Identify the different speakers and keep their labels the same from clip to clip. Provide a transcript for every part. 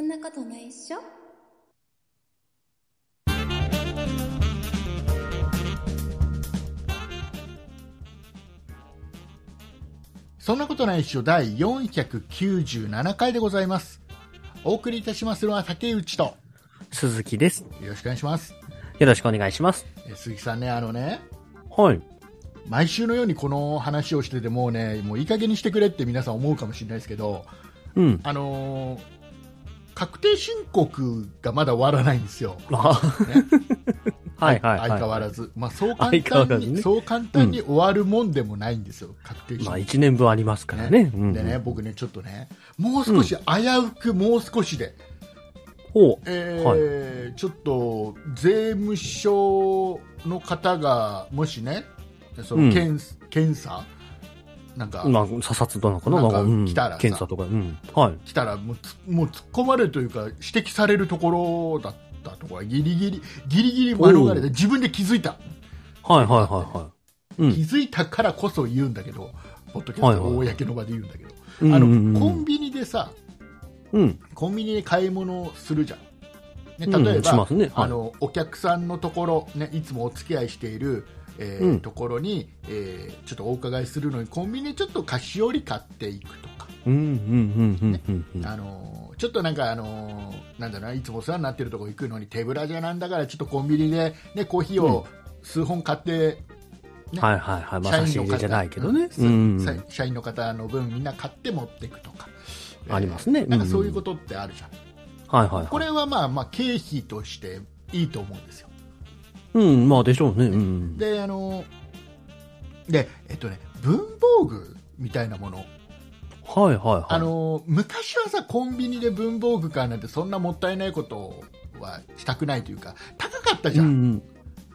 Speaker 1: んなことないっしょ
Speaker 2: そんなことないっしょ第497回でございます。お送りいたしますのは竹内と、
Speaker 3: 鈴木です。
Speaker 2: よろしくお願いします。
Speaker 3: よろしくお願いします。
Speaker 2: え鈴木さんね、あのね、
Speaker 3: はい。
Speaker 2: 毎週のようにこの話をしてて、もうね、もういい加減にしてくれって皆さん思うかもしれないですけど、
Speaker 3: うん。
Speaker 2: あのー確定申告がまだ終わらないんですよ。
Speaker 3: あ、
Speaker 2: ね
Speaker 3: はいはいはい。
Speaker 2: 相変わらず。まあ、そう簡
Speaker 3: 相変わ
Speaker 2: 単
Speaker 3: らず
Speaker 2: に、
Speaker 3: ね
Speaker 2: そう簡単に終わるもんでもないんですよ、確定申
Speaker 3: ま
Speaker 2: 告
Speaker 3: あ、。一年分ありますからね。うん。
Speaker 2: でね、僕ね、ちょっとね、もう少し、危うくもう少しで、
Speaker 3: ほう。
Speaker 2: えーちょっと税務署の方が、もしね、その
Speaker 3: うん
Speaker 2: 検,、検査なんか、
Speaker 3: まあ、査察どうなのかな
Speaker 2: なんか
Speaker 3: うん
Speaker 2: 来たらさ
Speaker 3: 検査とか。うん。はい。
Speaker 2: 来たらもうつ、もう突っ込まれるというか、指摘されるところだったとか、ギリギリ、ギリギリ免れ
Speaker 3: お
Speaker 2: て、
Speaker 3: う
Speaker 2: 自分で気づいた、
Speaker 3: はいはいはいはい。う
Speaker 2: 気
Speaker 3: ん。
Speaker 2: づいたからこそ言うんだけど、ポッドキャスト、
Speaker 3: はいはい
Speaker 2: 公の場で言うんだけど、
Speaker 3: うん
Speaker 2: あの
Speaker 3: うんうん
Speaker 2: コンビニでさ、
Speaker 3: うん。
Speaker 2: コンビニで買い物をするじゃん。ね、
Speaker 3: うん
Speaker 2: 例え
Speaker 3: し
Speaker 2: ば、
Speaker 3: ますね。はい
Speaker 2: あ、のお客さんのところ、ね、いつもお付き合いしている、えー
Speaker 3: うん
Speaker 2: ところに、えーちょっとお伺いするのにコンビニでちょっと菓子折り買っていくとか、
Speaker 3: うんうんうんうんうんうん。
Speaker 2: あのーちょっとなんか、あのーなんだろうないつもお世話になってるところ行くのに手ぶらじゃなんだからちょっとコンビニで、ね、コーヒーを数本買って、ね
Speaker 3: はいはいはい。まあ、
Speaker 2: 社
Speaker 3: 差
Speaker 2: 員
Speaker 3: し
Speaker 2: の
Speaker 3: 入
Speaker 2: 方
Speaker 3: れじゃないけどね。
Speaker 2: う
Speaker 3: うんん。
Speaker 2: さ社員の方の分みんな買って持っていくとか、
Speaker 3: ありますね
Speaker 2: えーなんかそういうことってあるじゃん、
Speaker 3: はいはいはい。
Speaker 2: これはまあまあ経費としていいと思うんですよ。
Speaker 3: うん、まあでしょうね。うん。
Speaker 2: であのでえっとね文房具みたいなもの、
Speaker 3: はいはいはい。
Speaker 2: あ、の昔はさコンビニで文房具買うなんてそんなもったいないことはしたくないというか高かったじ
Speaker 3: う
Speaker 2: ゃん、
Speaker 3: ん。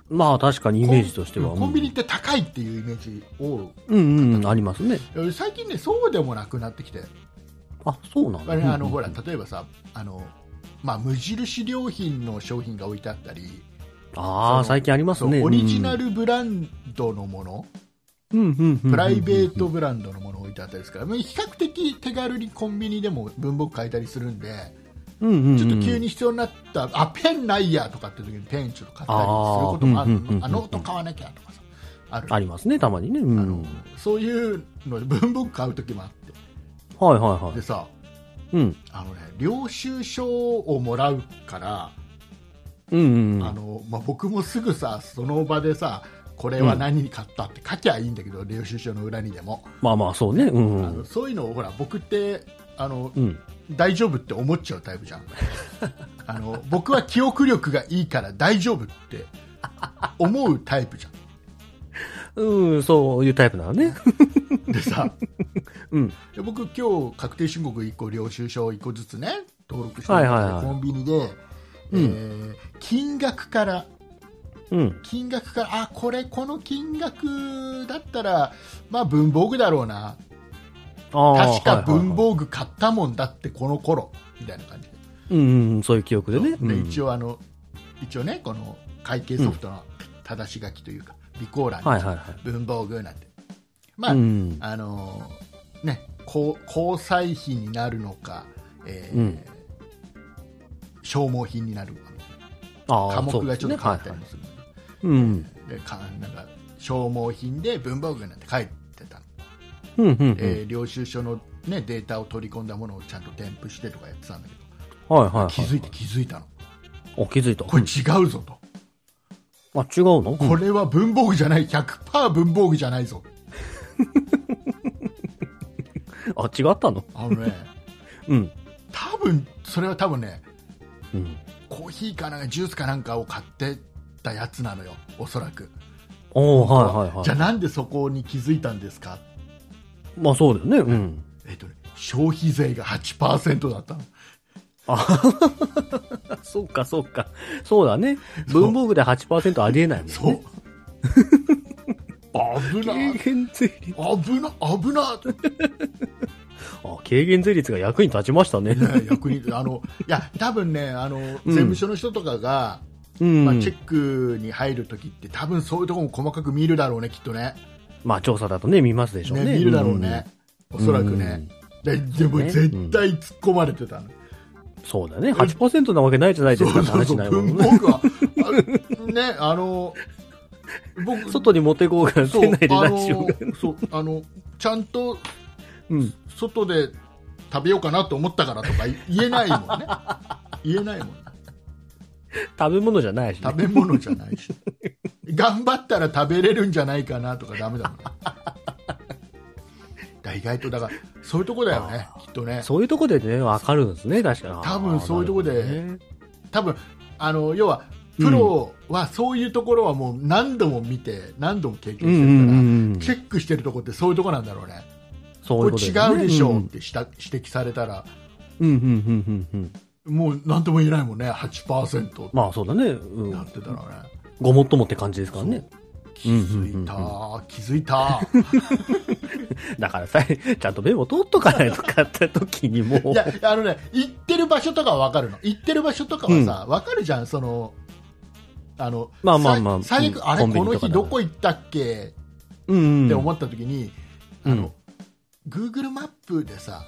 Speaker 3: まあ確かにイメージとしては。
Speaker 2: コンコンビニって高いっていうイメージを
Speaker 3: うんうんうん、ありますね。
Speaker 2: 最近ねそうでもなくなってきて
Speaker 3: あ、そうなんだ。
Speaker 2: あれあの
Speaker 3: うん
Speaker 2: ほら例えばさあのまあ、無印良品の商品が置いてあったり、
Speaker 3: あ
Speaker 2: その
Speaker 3: あ、最近あります
Speaker 2: そう
Speaker 3: ね。
Speaker 2: オリジナルブランドのもの、
Speaker 3: うんうん、うんうんうん
Speaker 2: プライベートブランドのものを置いてあったりですから、まあ比較的手軽にコンビニでも文房具買えたりするんで、
Speaker 3: うんうんうん、
Speaker 2: ちょっと急に必要になった、あペンないやとかって時にペンちょっと買ったりすることもある
Speaker 3: あーうんうんうん
Speaker 2: あノート買わなきゃとかさ、ある
Speaker 3: ありますね、たまにね。う
Speaker 2: あ
Speaker 3: ん、
Speaker 2: のそういうので文房具買う時もあって、
Speaker 3: はいはいは
Speaker 2: で
Speaker 3: い。
Speaker 2: さ
Speaker 3: うん。
Speaker 2: あの、ね、領収書をもらうから、
Speaker 3: うんうんうん。
Speaker 2: あのまあ、僕もすぐさ、その場でさ、これは何に買ったって書きゃいいんだけど、領収書の裏にでも、
Speaker 3: まあまあ、そうね。う
Speaker 2: あの
Speaker 3: ん。
Speaker 2: そういうのをほら僕ってあの
Speaker 3: うん。
Speaker 2: 大丈夫って思っちゃうタイプじゃん あの僕は記憶力がいいから大丈夫って思うタイプじゃ
Speaker 3: うん、そういうタイプな のね。
Speaker 2: んでさ
Speaker 3: うん。
Speaker 2: で僕今日確定申告1個領収書1個ずつね登録してるん
Speaker 3: は
Speaker 2: で
Speaker 3: いはいはい
Speaker 2: コンビニで、えー金額から
Speaker 3: うん。
Speaker 2: 金額からあこれこの金額だったらまあ文房具だろうな
Speaker 3: ああ。
Speaker 2: 確か文
Speaker 3: はいはいはい
Speaker 2: 房具買ったもんだってこの頃みたいな感じで
Speaker 3: うんうん、そういう記憶でね。
Speaker 2: で一
Speaker 3: 応。
Speaker 2: 応あの一応ねこの会計ソフトの正し書きというか、備考欄に、
Speaker 3: はいはいはい。
Speaker 2: 文房具なんてまあ、
Speaker 3: うん。
Speaker 2: あのーねこう交際費になるのか、えー
Speaker 3: うん
Speaker 2: 消耗品になるのか
Speaker 3: ああ、
Speaker 2: 科目がちょ
Speaker 3: そ
Speaker 2: っと
Speaker 3: うですね
Speaker 2: 変わ
Speaker 3: はい
Speaker 2: った
Speaker 3: は
Speaker 2: り
Speaker 3: い
Speaker 2: もするので,、
Speaker 3: うん。
Speaker 2: でかなんか消耗品で文房具なんて書いてたの、
Speaker 3: うんうんうん。
Speaker 2: えー領収書の、ね、データを取り込んだものをちゃんと添付してとかやってたんだけど
Speaker 3: はいはいはい。
Speaker 2: 気づいて気づいたの
Speaker 3: あ、気づいた。
Speaker 2: これ違うぞと。
Speaker 3: あ、違うの
Speaker 2: これは文房具じゃない、100%文房具じゃないぞ。
Speaker 3: あ、違ったの
Speaker 2: あの ね、
Speaker 3: うん。
Speaker 2: 多分、それは多分ね、
Speaker 3: うん。
Speaker 2: コーヒーかなんかジュースかなんかを買ってたやつなのよ、おそらく。
Speaker 3: おーはいはいはい。
Speaker 2: じゃあなんでそこに気づいたんですか
Speaker 3: まあそうだよね。うん。
Speaker 2: えっとね、消費税が8%だったの。
Speaker 3: そうか、そうか。そうだね。文房具で8%ありえないもんね。
Speaker 2: そう。危な、
Speaker 3: 軽減税率。
Speaker 2: 危な、危な、
Speaker 3: あ、軽減税率が役に立ちましたね。
Speaker 2: ね、役に、あの、いや、多分ね、あの、税務署の人とかが、
Speaker 3: うん。
Speaker 2: まあ、
Speaker 3: ま
Speaker 2: チェ
Speaker 3: あ、
Speaker 2: ックに入るときって、多分そういうところも細かく見るだろうね、きっとね。
Speaker 3: 調査だとね、見ますでしょうね。
Speaker 2: ね、見るだろうね、
Speaker 3: うん。
Speaker 2: おそらくね、ででも
Speaker 3: ね
Speaker 2: 絶対突っ込まれてたの、
Speaker 3: そうだね。8%なわけないじゃないですかって話になるもんね。
Speaker 2: 文房具は、あね、あの、僕、
Speaker 3: 外に持ってこうが、
Speaker 2: そう
Speaker 3: 店内で
Speaker 2: あ
Speaker 3: ラジオ
Speaker 2: の
Speaker 3: が。
Speaker 2: そうあのちゃんと
Speaker 3: うん。
Speaker 2: 外で食べようかなと思ったからとか言えないもんね言えないもんね
Speaker 3: 食べ物じゃないしね
Speaker 2: 食。べ物じゃないし頑張ったら食べれるんじゃないかなとかダメだもんねだから意外とだからそういうとこだよねきっとね
Speaker 3: そういうとこでね、わかるんですね、確かに。
Speaker 2: 多分そういうとこで
Speaker 3: あーなるほどね
Speaker 2: 多分あの要はプロはそういうところはもう何度も見て何度も経験して
Speaker 3: う
Speaker 2: る
Speaker 3: ん
Speaker 2: から、
Speaker 3: うんうんうん。
Speaker 2: チェックしてるとこってそういうとこなんだろうね
Speaker 3: そう
Speaker 2: こ
Speaker 3: いう
Speaker 2: れ
Speaker 3: こと
Speaker 2: 違
Speaker 3: だよ
Speaker 2: う
Speaker 3: ね
Speaker 2: でしょ
Speaker 3: う
Speaker 2: うっ
Speaker 3: ん
Speaker 2: てした指摘されたら
Speaker 3: うんうんうんうんうん。
Speaker 2: もう何とも言えないもんね、8%。
Speaker 3: まあそうだね。うん
Speaker 2: なんてだろうね。
Speaker 3: ごもっともって感じですからね。
Speaker 2: 気づいた、
Speaker 3: うんうん
Speaker 2: 気づいた。
Speaker 3: だからさ、ちゃんとメモ取っとかないとかって時にもう
Speaker 2: い。や、あのね、行ってる場所とかは分かるの。行ってる場所とかはさ、分かるじゃん、その、あの、
Speaker 3: まあまあまあ
Speaker 2: さ最悪、
Speaker 3: うん
Speaker 2: あれ、
Speaker 3: コンビ
Speaker 2: こ
Speaker 3: ニと
Speaker 2: の
Speaker 3: か
Speaker 2: 日
Speaker 3: だから
Speaker 2: どこ行ったっけ
Speaker 3: うん
Speaker 2: って思った時に、
Speaker 3: うん
Speaker 2: あの、Google マップでさ、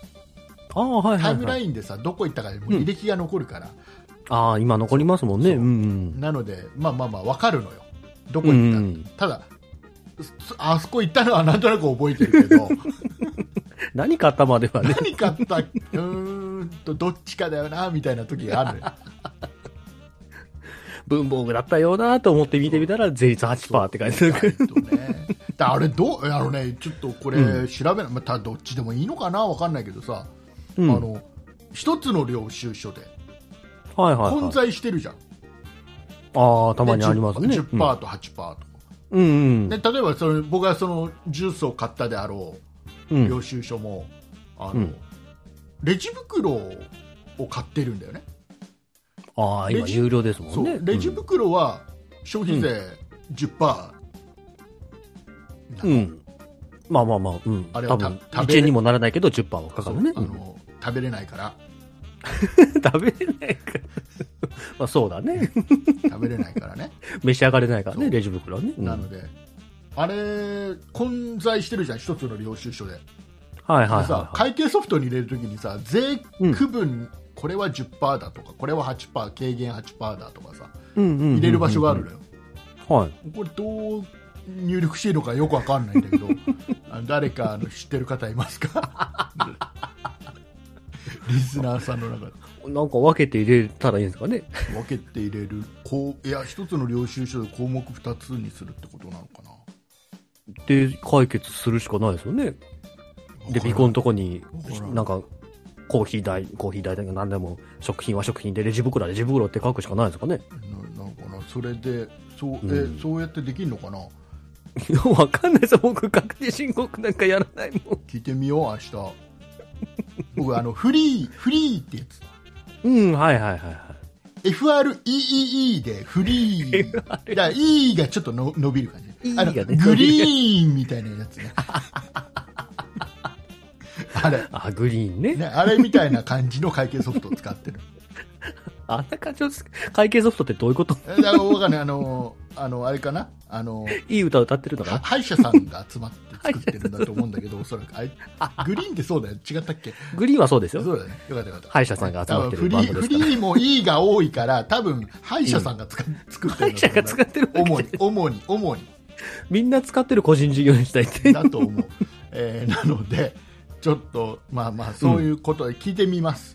Speaker 3: ああ、はいは
Speaker 2: タイ
Speaker 3: い、
Speaker 2: ム
Speaker 3: は
Speaker 2: ラ
Speaker 3: い。
Speaker 2: インでさ、どこ行ったかでもう履歴が残るから、
Speaker 3: ああ、今残りますもんね。
Speaker 2: そう
Speaker 3: うんうん。
Speaker 2: なので、まあまあまあ、分かるのよ。どこ
Speaker 3: う
Speaker 2: 行った、た
Speaker 3: ん、
Speaker 2: だ、そあそこ行ったのはなんとなく覚えてるけ ど、
Speaker 3: 何買ったまではね、
Speaker 2: 何買ったうーんとどっちかだよなみたいな時があるのよ
Speaker 3: 文房具だったよなと思って見てみたら、税率8%って書いてある。
Speaker 2: 意外とねだあれどうあのねちょっとこ
Speaker 3: う
Speaker 2: れ調べない、まあ、たどっちでもいいのかなわかんないけどさ、
Speaker 3: うん、
Speaker 2: あの一つの領収書で
Speaker 3: はいはい、は
Speaker 2: 混
Speaker 3: い。
Speaker 2: 在してるじゃん、
Speaker 3: ああ、た
Speaker 2: で
Speaker 3: まにありますね。
Speaker 2: 10%, 10%と8%とか、
Speaker 3: うんうん
Speaker 2: で例えばそれ僕がそのジュースを買ったであろ
Speaker 3: う。
Speaker 2: うん領収書も、あの
Speaker 3: うん
Speaker 2: レジ袋を買ってるんだよね
Speaker 3: ああ、今
Speaker 2: レジ
Speaker 3: 有料ですも
Speaker 2: そ
Speaker 3: ん
Speaker 2: う、
Speaker 3: ね。
Speaker 2: レジ袋は消費税10%なの、
Speaker 3: うん。うんまあまあまあ、うん。
Speaker 2: あれ
Speaker 3: 多
Speaker 2: は
Speaker 3: 分、
Speaker 2: た食べれ
Speaker 3: 1円にもならないけど10%はかかるね。
Speaker 2: そうあの食べれないから
Speaker 3: 食べれないから。 まあそうだね。
Speaker 2: 食べれないからね、
Speaker 3: 召し上がれないから
Speaker 2: そ
Speaker 3: ね、
Speaker 2: う
Speaker 3: レジ袋はね。 うん
Speaker 2: なのであれ混在してるじゃん一つの領収書で,、
Speaker 3: はいはいはい、
Speaker 2: さ
Speaker 3: はい。
Speaker 2: 会計ソフトに入れるときにさ税区分、これは10%だとかこれは8%軽減8%だとかさ
Speaker 3: 入
Speaker 2: 入れる場所があるのよ、
Speaker 3: はい。
Speaker 2: これどう入力していいのかよくわかんないんだけどあの誰かあの知ってる方いますか リスナーさんの中で
Speaker 3: なんか分けて入れたらいいんですかね。
Speaker 2: 分けて入れるこういや一つの領収書で項目2つにするってことなのかな
Speaker 3: で、解決するしかないですよね。で、ビコのとこに
Speaker 2: わから、ん
Speaker 3: なんか、コーヒー代、コーヒー代だけど何でも、食品は食品で、レジ袋はレジ袋って書くしかないですかね。
Speaker 2: ななんかなそれでそう,、
Speaker 3: うん
Speaker 2: えそうやってできるのかな
Speaker 3: わかんないですよ。僕、確定申告なんかやらないもん。
Speaker 2: 聞いてみよう明日僕あのフリーフリーってやつ
Speaker 3: うん、はいはいはいは
Speaker 2: FREEE でフリーだから E がちょっとの伸びる感じ、
Speaker 3: E
Speaker 2: あの
Speaker 3: がね
Speaker 2: グリーンみたいなやつね あれ
Speaker 3: い。あ、グリーンね。
Speaker 2: ね、あれみたいな感じの会計ソフトを使ってる
Speaker 3: あんな感じの会計ソフトってどういうこと
Speaker 2: えだから僕はねあのあのあれかなあの
Speaker 3: いい歌歌ってるのか
Speaker 2: は
Speaker 3: な
Speaker 2: 歯医者さんが集まって作ってるんだと思うんだけど、おそらく。あれグリーンってそうだよ。違ったっけ
Speaker 3: グリーンはそうですよ。
Speaker 2: そうだよね。よかったよかった。
Speaker 3: 歯医者さんが集まって
Speaker 2: 多
Speaker 3: るバ
Speaker 2: 分
Speaker 3: ン
Speaker 2: フリー
Speaker 3: ドで
Speaker 2: フ
Speaker 3: すから。
Speaker 2: リーも E が多いから、多分、歯医者さんが使っ作って
Speaker 3: 歯
Speaker 2: る
Speaker 3: 医者が使ってるわけじゃ
Speaker 2: 主
Speaker 3: ない
Speaker 2: に、主に、主に。
Speaker 3: みんな使ってる個人事業主体って。
Speaker 2: だと 思う。えーなので、ちょっと、まあまあ、そういうことで聞いてみます。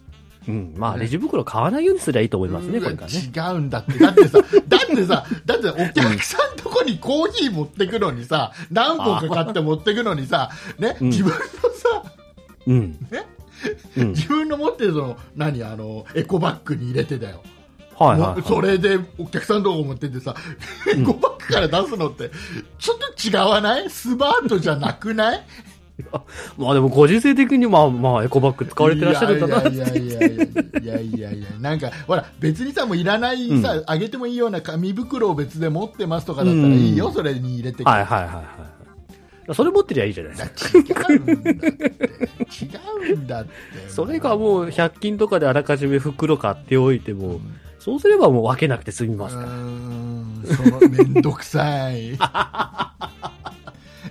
Speaker 3: うん、まあ、レジ袋買わないようにすりゃいいと思いますね、
Speaker 2: う
Speaker 3: こ
Speaker 2: わ
Speaker 3: れからね。
Speaker 2: 違うんだって。だってさ、 だってさ、だってお客さんとこにコーヒー持ってくのにさ、何本か買って持ってくのにさ、ね、
Speaker 3: うん
Speaker 2: 自分のさ、
Speaker 3: うん。
Speaker 2: ね
Speaker 3: うん。
Speaker 2: 自分の持ってるその何あのエコバッグに入れてだよ、
Speaker 3: はいはい、 はい。
Speaker 2: もうそれでお客さんのとこ持ってってさ、エコバッグから出すのってちょっと違わないスマートじゃなくない
Speaker 3: まあでもご時世的にまあまあエコバッグ使われてらっしゃるんだなって
Speaker 2: いやいやいやいやいやいやいやいやなんかほら別にさもういらないさ、あげてもいいような紙袋を別で持ってますとかだったらいいよ、
Speaker 3: うん
Speaker 2: それに入れて
Speaker 3: はいはいはいはい。それ持ってりゃいいじゃないですか。
Speaker 2: 違うんだって違うんだって
Speaker 3: それかもう100均とかであらかじめ袋買っておいても、そうすればもう分けなくて済みます
Speaker 2: う
Speaker 3: か
Speaker 2: ーんそのめんどくさ い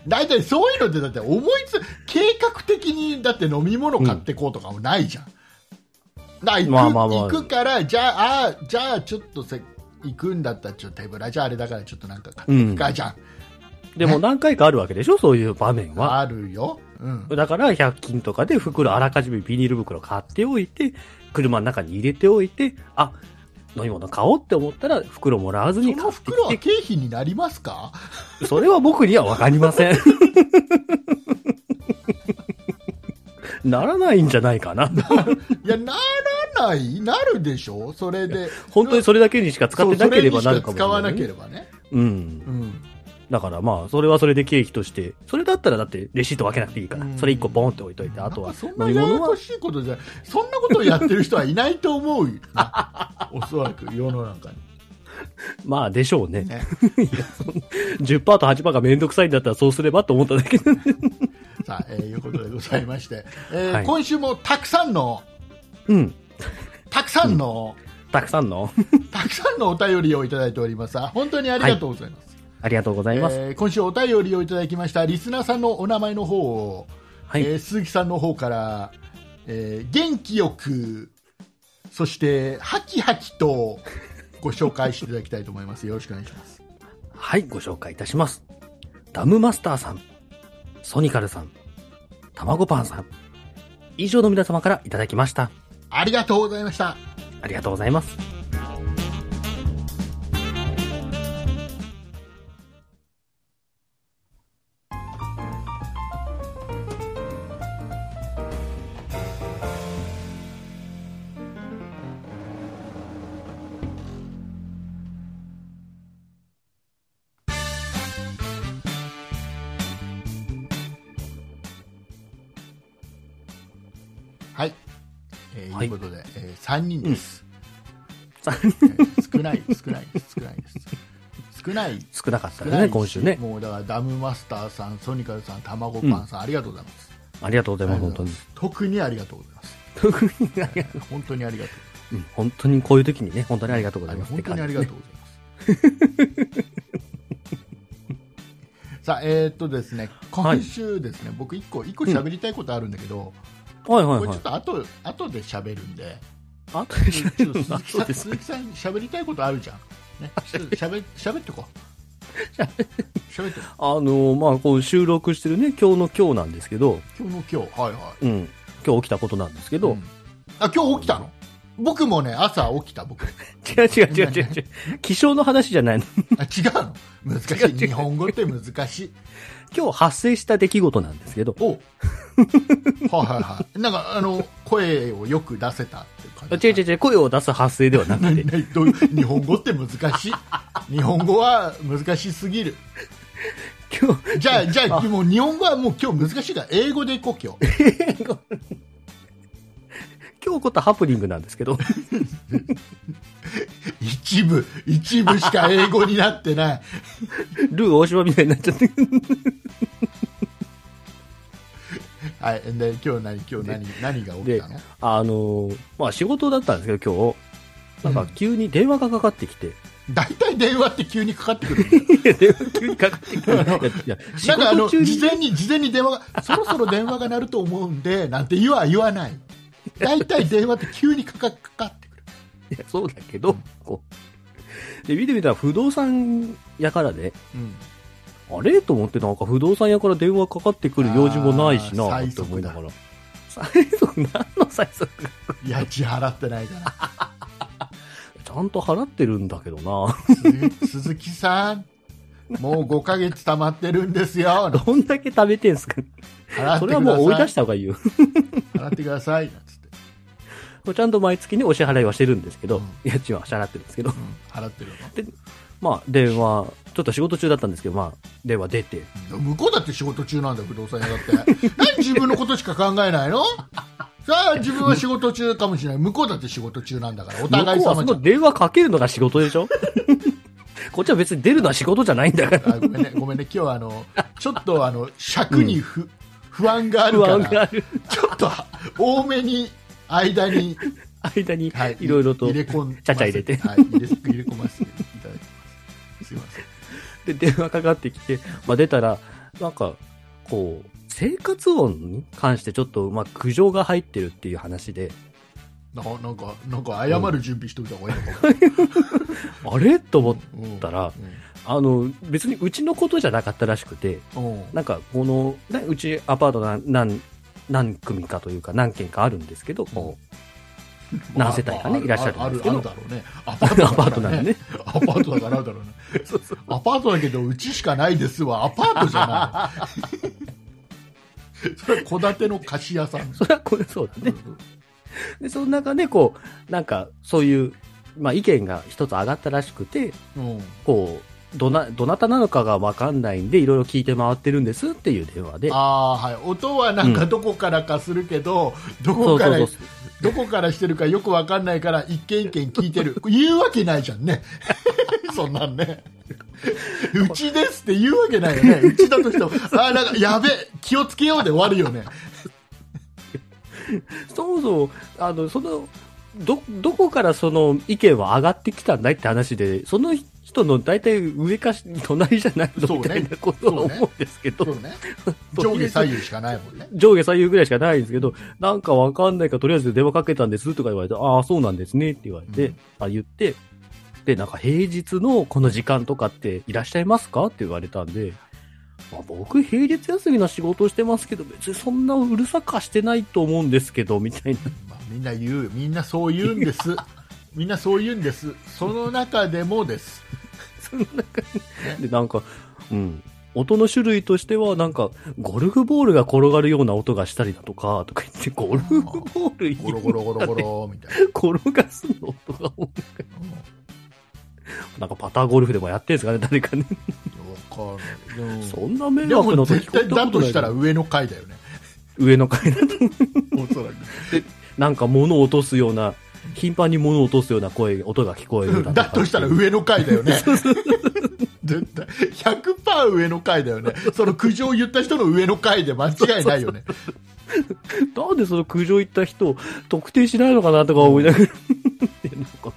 Speaker 2: 大体そういうのってだって思いつ計画的にだって飲み物買ってこうとかもないじゃん、
Speaker 3: ら。
Speaker 2: だから行く,、
Speaker 3: まあまあまあ
Speaker 2: 行くからじゃああじゃあちょっとせ行くんだったらちょっと手ぶらじゃあれだからちょっとなんか買っていくかじゃん、
Speaker 3: でも何回かあるわけでしょそういう場面は。
Speaker 2: あるよ、うん、
Speaker 3: だから100均とかで袋、あらかじめビニール袋買っておいて、車の中に入れておいて、あ、飲み物買おうって思ったら袋もらわず
Speaker 2: そ
Speaker 3: に買
Speaker 2: の
Speaker 3: って
Speaker 2: 袋は
Speaker 3: き
Speaker 2: 経費になりますか
Speaker 3: て、それは僕にはわかり ません。ならないんじゃないかな。
Speaker 2: いやならないなるでしょそれで
Speaker 3: 本当にそれだけにしか使ってなければなるかもし
Speaker 2: そうそ
Speaker 3: れない。
Speaker 2: れにしか使わなければね、
Speaker 3: うん。
Speaker 2: うん、
Speaker 3: だからまあ、それはそれで経費として、それだったらだってレシート分けなくていいから、
Speaker 2: うん
Speaker 3: それ一個ボンって置いといて、あと
Speaker 2: なん
Speaker 3: は
Speaker 2: かそん
Speaker 3: 飲
Speaker 2: な
Speaker 3: み
Speaker 2: やや
Speaker 3: 物
Speaker 2: こ
Speaker 3: は、
Speaker 2: しいことじゃそんなことをやってる人はいないと思う よおそらく世の中に
Speaker 3: まあでしょうね。
Speaker 2: ね
Speaker 3: 10%と8%がめんどくさいんだったらそうすればと思っただけなんで。
Speaker 2: さあ、えーいうことでございまして、えー
Speaker 3: はい
Speaker 2: 今週もたくさんの
Speaker 3: うん。
Speaker 2: たくさんの、
Speaker 3: たくさんの
Speaker 2: たくさんのお便りをいただいておりますあ本当にありがとうございます、
Speaker 3: ありがとうございます。
Speaker 2: えー今週お便りをいただきましたリスナーさんのお名前の方を、
Speaker 3: はい。
Speaker 2: えー鈴木さんの方から、えー元気よくそしてハキハキとご紹介していただきたいと思いますよろしくお願いします
Speaker 3: はい、ご紹介いたします。ダムマスターさん、ソニカルさん、たまごパンさん、以上の皆様からいただきました。
Speaker 2: ありがとうございました
Speaker 3: ありがとうございます。
Speaker 2: はい、えー
Speaker 3: はい
Speaker 2: いうことで、え3人です、
Speaker 3: さ
Speaker 2: えー少ない少ないです少ないです少ない
Speaker 3: 少なかった
Speaker 2: 少
Speaker 3: です
Speaker 2: ない
Speaker 3: ね、
Speaker 2: し
Speaker 3: 今週ね。
Speaker 2: もうだからダムマスターさんソニカルさんたまごパンさん、ありがとうございます
Speaker 3: ありがとうございます、本当に。
Speaker 2: 特にありがとうございます
Speaker 3: 特にありがと
Speaker 2: 本当にありがとう
Speaker 3: う、うん、本当にこういう時にね、本当にありがとうございますっ
Speaker 2: 本
Speaker 3: て
Speaker 2: 当
Speaker 3: 感
Speaker 2: に
Speaker 3: じ
Speaker 2: あ
Speaker 3: で
Speaker 2: り
Speaker 3: す
Speaker 2: が
Speaker 3: ね、
Speaker 2: とうござい ます。さあ、えーっとですね、今週ですね、僕一個一個喋りたいことあるんだけど、
Speaker 3: はいはい
Speaker 2: これちょ
Speaker 3: はい
Speaker 2: っ。と後後で喋るんで、
Speaker 3: あと
Speaker 2: ちょっと鈴木さん
Speaker 3: で
Speaker 2: 鈴木さん喋りたいことあるじゃん。ね、ちょっと喋喋ってこう。喋ってこ
Speaker 3: あのーまあ、こう収録してるね、今日の今日なんですけど、
Speaker 2: う今日の今日、はいはい。
Speaker 3: うん、今日起きたことなんですけど、
Speaker 2: うんあ今日起きたの？僕もね朝起きた僕。
Speaker 3: 違う違う違う違う違う、気象の話じゃないの。
Speaker 2: あ違うの？難しい。日本語って難しい。
Speaker 3: 今日発生した出来事なんですけど、
Speaker 2: おはいはいはいなんかあの声をよく出せたっていう
Speaker 3: 違う
Speaker 2: 感じ
Speaker 3: 違う違う、声を出す発生ではなくて、
Speaker 2: ねどういう日本語って難しい日本語は難しすぎる
Speaker 3: 今日、
Speaker 2: じゃあじゃあもう日本語はもう今日難しいから英語でいこう今日
Speaker 3: 今日起こったハプニングなんですけど、
Speaker 2: 一部一部しか英語になってない
Speaker 3: ルー大島みたいになっちゃって、
Speaker 2: はいで今日何今日何何が起き
Speaker 3: で
Speaker 2: たの、
Speaker 3: あのーまあ仕事だったんですけど、今日、なんか急に電話がかかって きて、
Speaker 2: 大体電話って急にかかってくるんだよ
Speaker 3: いや電話急にかかってきて、いやいや仕
Speaker 2: なんかあの
Speaker 3: 事中に
Speaker 2: 事前に事前に電話がそろそろ電話が鳴ると思うんでなんて言わ言わない大体電話って急にかかかかってくる
Speaker 3: いやそうだけど、こう。で、見てみたら不動産屋からね、
Speaker 2: うん
Speaker 3: あれと思ってなんか不動産屋から電話かかってくる用事もないし
Speaker 2: あ
Speaker 3: な、
Speaker 2: ー
Speaker 3: って思いながら。最速何の最速
Speaker 2: 家賃払ってない か
Speaker 3: ちゃんと払ってるんだけどな。
Speaker 2: ら鈴鈴木さんもう5ヶ月溜まってるんですよ
Speaker 3: どんだけ食べてんすか
Speaker 2: 払って く
Speaker 3: そ
Speaker 2: だ
Speaker 3: れは
Speaker 2: さい
Speaker 3: もう追い出した方がいいよ。
Speaker 2: 払ってくださいなんつって、
Speaker 3: ちゃんと毎月ね、お支払いはしてるんですけど、
Speaker 2: うん
Speaker 3: 家賃は支払ってるんですけど、
Speaker 2: うん、払ってる
Speaker 3: まあ電話、ちょっと仕事中だったんですけど、まあ電話出て、
Speaker 2: の向こうだって仕事中なんだよ不動産屋だ って何自分のことしか考えないのさあ自分は仕事中かもしれない向こうだって仕事中なんだからお
Speaker 3: 向こ
Speaker 2: 互いう
Speaker 3: は
Speaker 2: 様
Speaker 3: そ
Speaker 2: じゃ
Speaker 3: の
Speaker 2: ん
Speaker 3: 電話かけるのが仕事で しょこっちは別に出るのは仕事じゃないんだから。
Speaker 2: あごめんねごめんね今日はあのちょっとあの尺に不,、不安がある
Speaker 3: 不
Speaker 2: か
Speaker 3: 安があ
Speaker 2: ら
Speaker 3: る
Speaker 2: ちょっと多めに間に
Speaker 3: 間に
Speaker 2: はい、
Speaker 3: いろいろと、
Speaker 2: 入れ込ん
Speaker 3: ちゃちゃ入れて
Speaker 2: はい、入れ入れ込ませていただきます。すいません。
Speaker 3: で電話かかってきて、まあ、出たら、なんか、こう、生活音に関してちょっと、まあ、苦情が入ってるっていう話で、
Speaker 2: なんかなんかなんか謝る準備しといた方がいいのか
Speaker 3: あれと思っ
Speaker 2: も、うん、
Speaker 3: たら、あの、別にうちのことじゃなかったらしくて、
Speaker 2: うん、うん
Speaker 3: なんかこの、ね、うちアパートが何、何組かというか何軒かあるんですけど、こう何世帯かね、いらっしゃるんですけ
Speaker 2: あ
Speaker 3: ど
Speaker 2: る、だろう ねアパ
Speaker 3: アパー
Speaker 2: ー
Speaker 3: ト
Speaker 2: ト
Speaker 3: な
Speaker 2: だから
Speaker 3: んでね
Speaker 2: ね。アパートだからあるだろうねアパートだけどうちしかないですわアパートじゃ ないそれは戸建ての貸し屋さん
Speaker 3: それはこれそうだね。で、その中でこう、なんかそういう、まあ意見が一つ上がったらしくて、
Speaker 2: うん
Speaker 3: こう、どな、どなたなのかがわかんないんで、いろいろ聞いて回ってるんですっていう電話で。
Speaker 2: あーはい、音はなんかどこからかするけど、どこから
Speaker 3: そうそうそ
Speaker 2: どこからしてるかよくわかんないから一軒一軒聞いてるこれ言うわけないじゃんね そんなんねうちですって言うわけないよねうちだとしてもあーなんかやべ気をつけようで終わるよね
Speaker 3: そもそも、あの、その、ど、どこからその意見は上がってきたんだいって話で、その人の大体上かし隣じゃない
Speaker 2: そうね
Speaker 3: のみたいなことは
Speaker 2: そうね
Speaker 3: 思うんですけど、
Speaker 2: そうね 上下左右しかないもんね
Speaker 3: 上下左右ぐらいしかないんですけど、なんかわかんないからとりあえず電話かけたんですとか言われて、ああ、そうなんですねって言われて、
Speaker 2: うん
Speaker 3: あ言って、で、なんか平日のこの時間とかっていらっしゃいますかって言われたんで、まあ、僕平日休みの仕事をしてますけど、別にそんなうるさかしてないと思うんですけど、みたいな。
Speaker 2: まあ、みんな言うみんなそう言うんですみんなそう言うんですその中でもです
Speaker 3: そんな感じで、なんか、うん。音の種類としては、なんか、ゴルフボールが転がるような音がしたりだとか、とか言って、ゴルフボールに
Speaker 2: ゴロゴロゴロゴロみたい
Speaker 3: 転がすのとか、なんかパターゴルフでもやってるんですかね、誰かね。
Speaker 2: なわかんないでも
Speaker 3: そんな迷
Speaker 2: で
Speaker 3: 惑
Speaker 2: も
Speaker 3: の時
Speaker 2: 絶対だとしたら上の階だよね
Speaker 3: 上の階だと、
Speaker 2: おそらく
Speaker 3: なんか物を落とすような、頻繁に物を落とすような声、音が聞こえる
Speaker 2: だとしたら上の階だよね。 絶対100%上の階だよね。その苦情を言った人の上の階で間違いないよね。
Speaker 3: なんでその苦情行った人を特定しないのかなとか思いながら、 でなんか、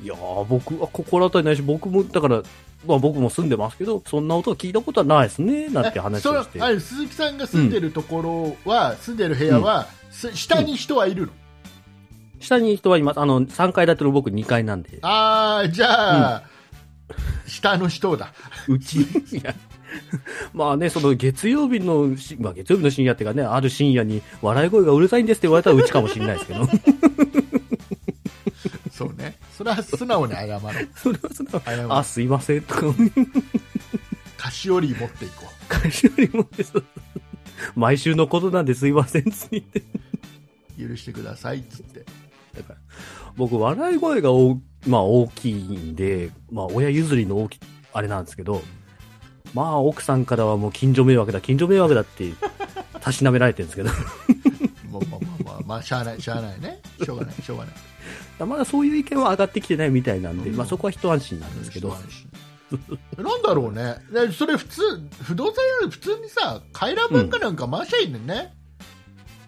Speaker 3: いやー、僕は心当たりないし、僕も、だから、まあ僕も住んでますけど、そんな音は聞いたことはないですね、なんて話
Speaker 2: そ
Speaker 3: を
Speaker 2: の
Speaker 3: して。
Speaker 2: あれ鈴木さんが住んでるところは、住んでる部屋は、す下に人はいるの、
Speaker 3: 下に人はいます。あの、3階建ての僕2階なんで。
Speaker 2: ああ、じゃあ、下の人だ。
Speaker 3: う ち、いや。まあね、その月曜日のし、まあ月曜日の深夜っていうかね、ある深夜に笑い声がうるさいんですって言われたらうちかもしれないですけど。
Speaker 2: そうね。それは素直に謝 ろう。
Speaker 3: それはそれは
Speaker 2: 謝ろう
Speaker 3: あ、すいません、とか思い
Speaker 2: 菓子折り持っていこう。
Speaker 3: 返しよりもです。毎週のことなんですいません、つって言って。
Speaker 2: 許してくださいっつって。
Speaker 3: だから、僕、笑い声がお、まあ、大きいんで、まあ、親譲りの大き、あれなんですけど、まあ、奥さんからはもう近所迷惑だ、近所迷惑だって、たしなめられてるんですけど、
Speaker 2: まあまあまあまあ、まあ、しゃあない、しゃあないね。しょうがない、しょうがない。
Speaker 3: まだそういう意見は上がってきてないみたいなんで、
Speaker 2: うん
Speaker 3: まあ、そこは一安心なんですけど、
Speaker 2: なんだろうねねそれ普通不動産屋で普通にさ回覧板かなんか回しゃいいんだよね、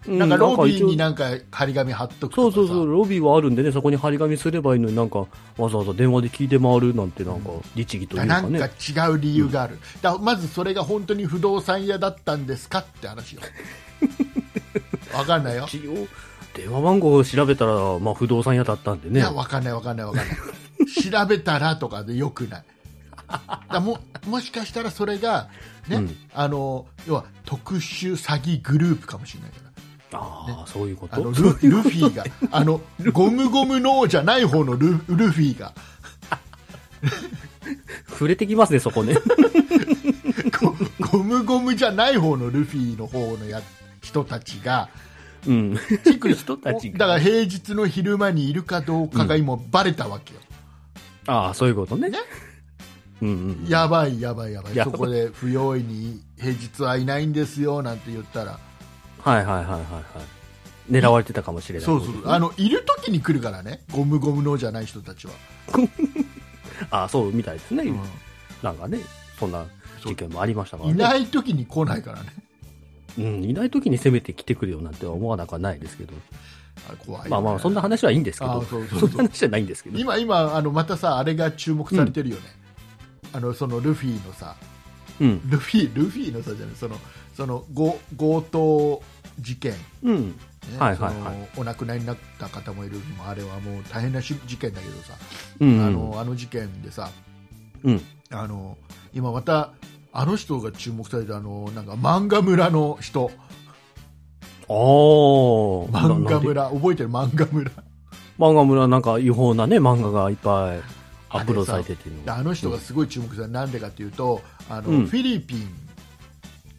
Speaker 3: うん
Speaker 2: なんかロビーに
Speaker 3: なんか
Speaker 2: なんか張り紙貼っとく
Speaker 3: 一応そ
Speaker 2: と
Speaker 3: う
Speaker 2: かさ
Speaker 3: そうそう、ロビーはあるんでね、そこに張り紙すればいいのになんか、わざわざ電話で聞いて回るなんて、なんか、律儀という
Speaker 2: な
Speaker 3: か
Speaker 2: んか
Speaker 3: ね。
Speaker 2: 違う理由がある、だまずそれが本当に不動産屋だったんですかって話 よわかんないよ
Speaker 3: 一応、電話番号を調べたら、まあ、不動産屋だったんで
Speaker 2: い
Speaker 3: ね
Speaker 2: や。わかんないわかんないわかんない調べたらとかでよくないだももしかしたらそれが、ね
Speaker 3: うん
Speaker 2: あの要は特殊詐欺グループかもしれないから
Speaker 3: ああ、そういうこ
Speaker 2: あの
Speaker 3: と
Speaker 2: ル。ルフィが、あのゴムゴムのじゃない方のルルフィが、
Speaker 3: 触れてきますね、そこ ね。
Speaker 2: ゴゴムゴムじゃない方のルフィの方のや人たちが、
Speaker 3: うん。
Speaker 2: チク
Speaker 3: 人たちが
Speaker 2: だから平日の昼間にいるかどうかが今、バレたわけよ、
Speaker 3: ああ、そういうことね。
Speaker 2: ね
Speaker 3: うんうん。
Speaker 2: やばい、やばい、やばい、
Speaker 3: やば
Speaker 2: そ
Speaker 3: い
Speaker 2: こで不用意に平日はいないんですよなんて言ったら、
Speaker 3: はいはいはいはいはい。狙われてたかもしれない。
Speaker 2: そうそう、あのいる時に来るからね、ゴムゴムのじゃない人たちは。
Speaker 3: ああ、そうみたいですね。
Speaker 2: うん
Speaker 3: なんかね、そんな事件もありましたから
Speaker 2: い
Speaker 3: ね。
Speaker 2: ない時に来ないからね、
Speaker 3: うん、いない時に攻めてきてくるよなんては思わなくはないですけど。
Speaker 2: あれ怖いよね、
Speaker 3: まあまあ、そんな話はいいんですけ
Speaker 2: あ
Speaker 3: ど。
Speaker 2: あそうそう
Speaker 3: そ
Speaker 2: そうん
Speaker 3: な話じゃないんですけど。
Speaker 2: 今今あのまたさあれが注目されてるよね、あのそのルフィのさ
Speaker 3: うん。
Speaker 2: ルフィルフィのさじゃないそのそのご強盗事件、ね
Speaker 3: うん。はいはいはい
Speaker 2: そのお亡くなりになった方もいるもあれはもう大変なし事件だけどさ、
Speaker 3: うん。
Speaker 2: あのあの事件でさ
Speaker 3: うん。
Speaker 2: あの今またあの人が注目されたあのなんか漫画村の人
Speaker 3: ああ。漫
Speaker 2: 漫画。村覚えてる漫画村
Speaker 3: 漫画村、なんか違法なね、漫画がいっぱいアップロードされてて
Speaker 2: であの人がすごい注目されたなんでかっていうとあの、
Speaker 3: うん
Speaker 2: フィリピン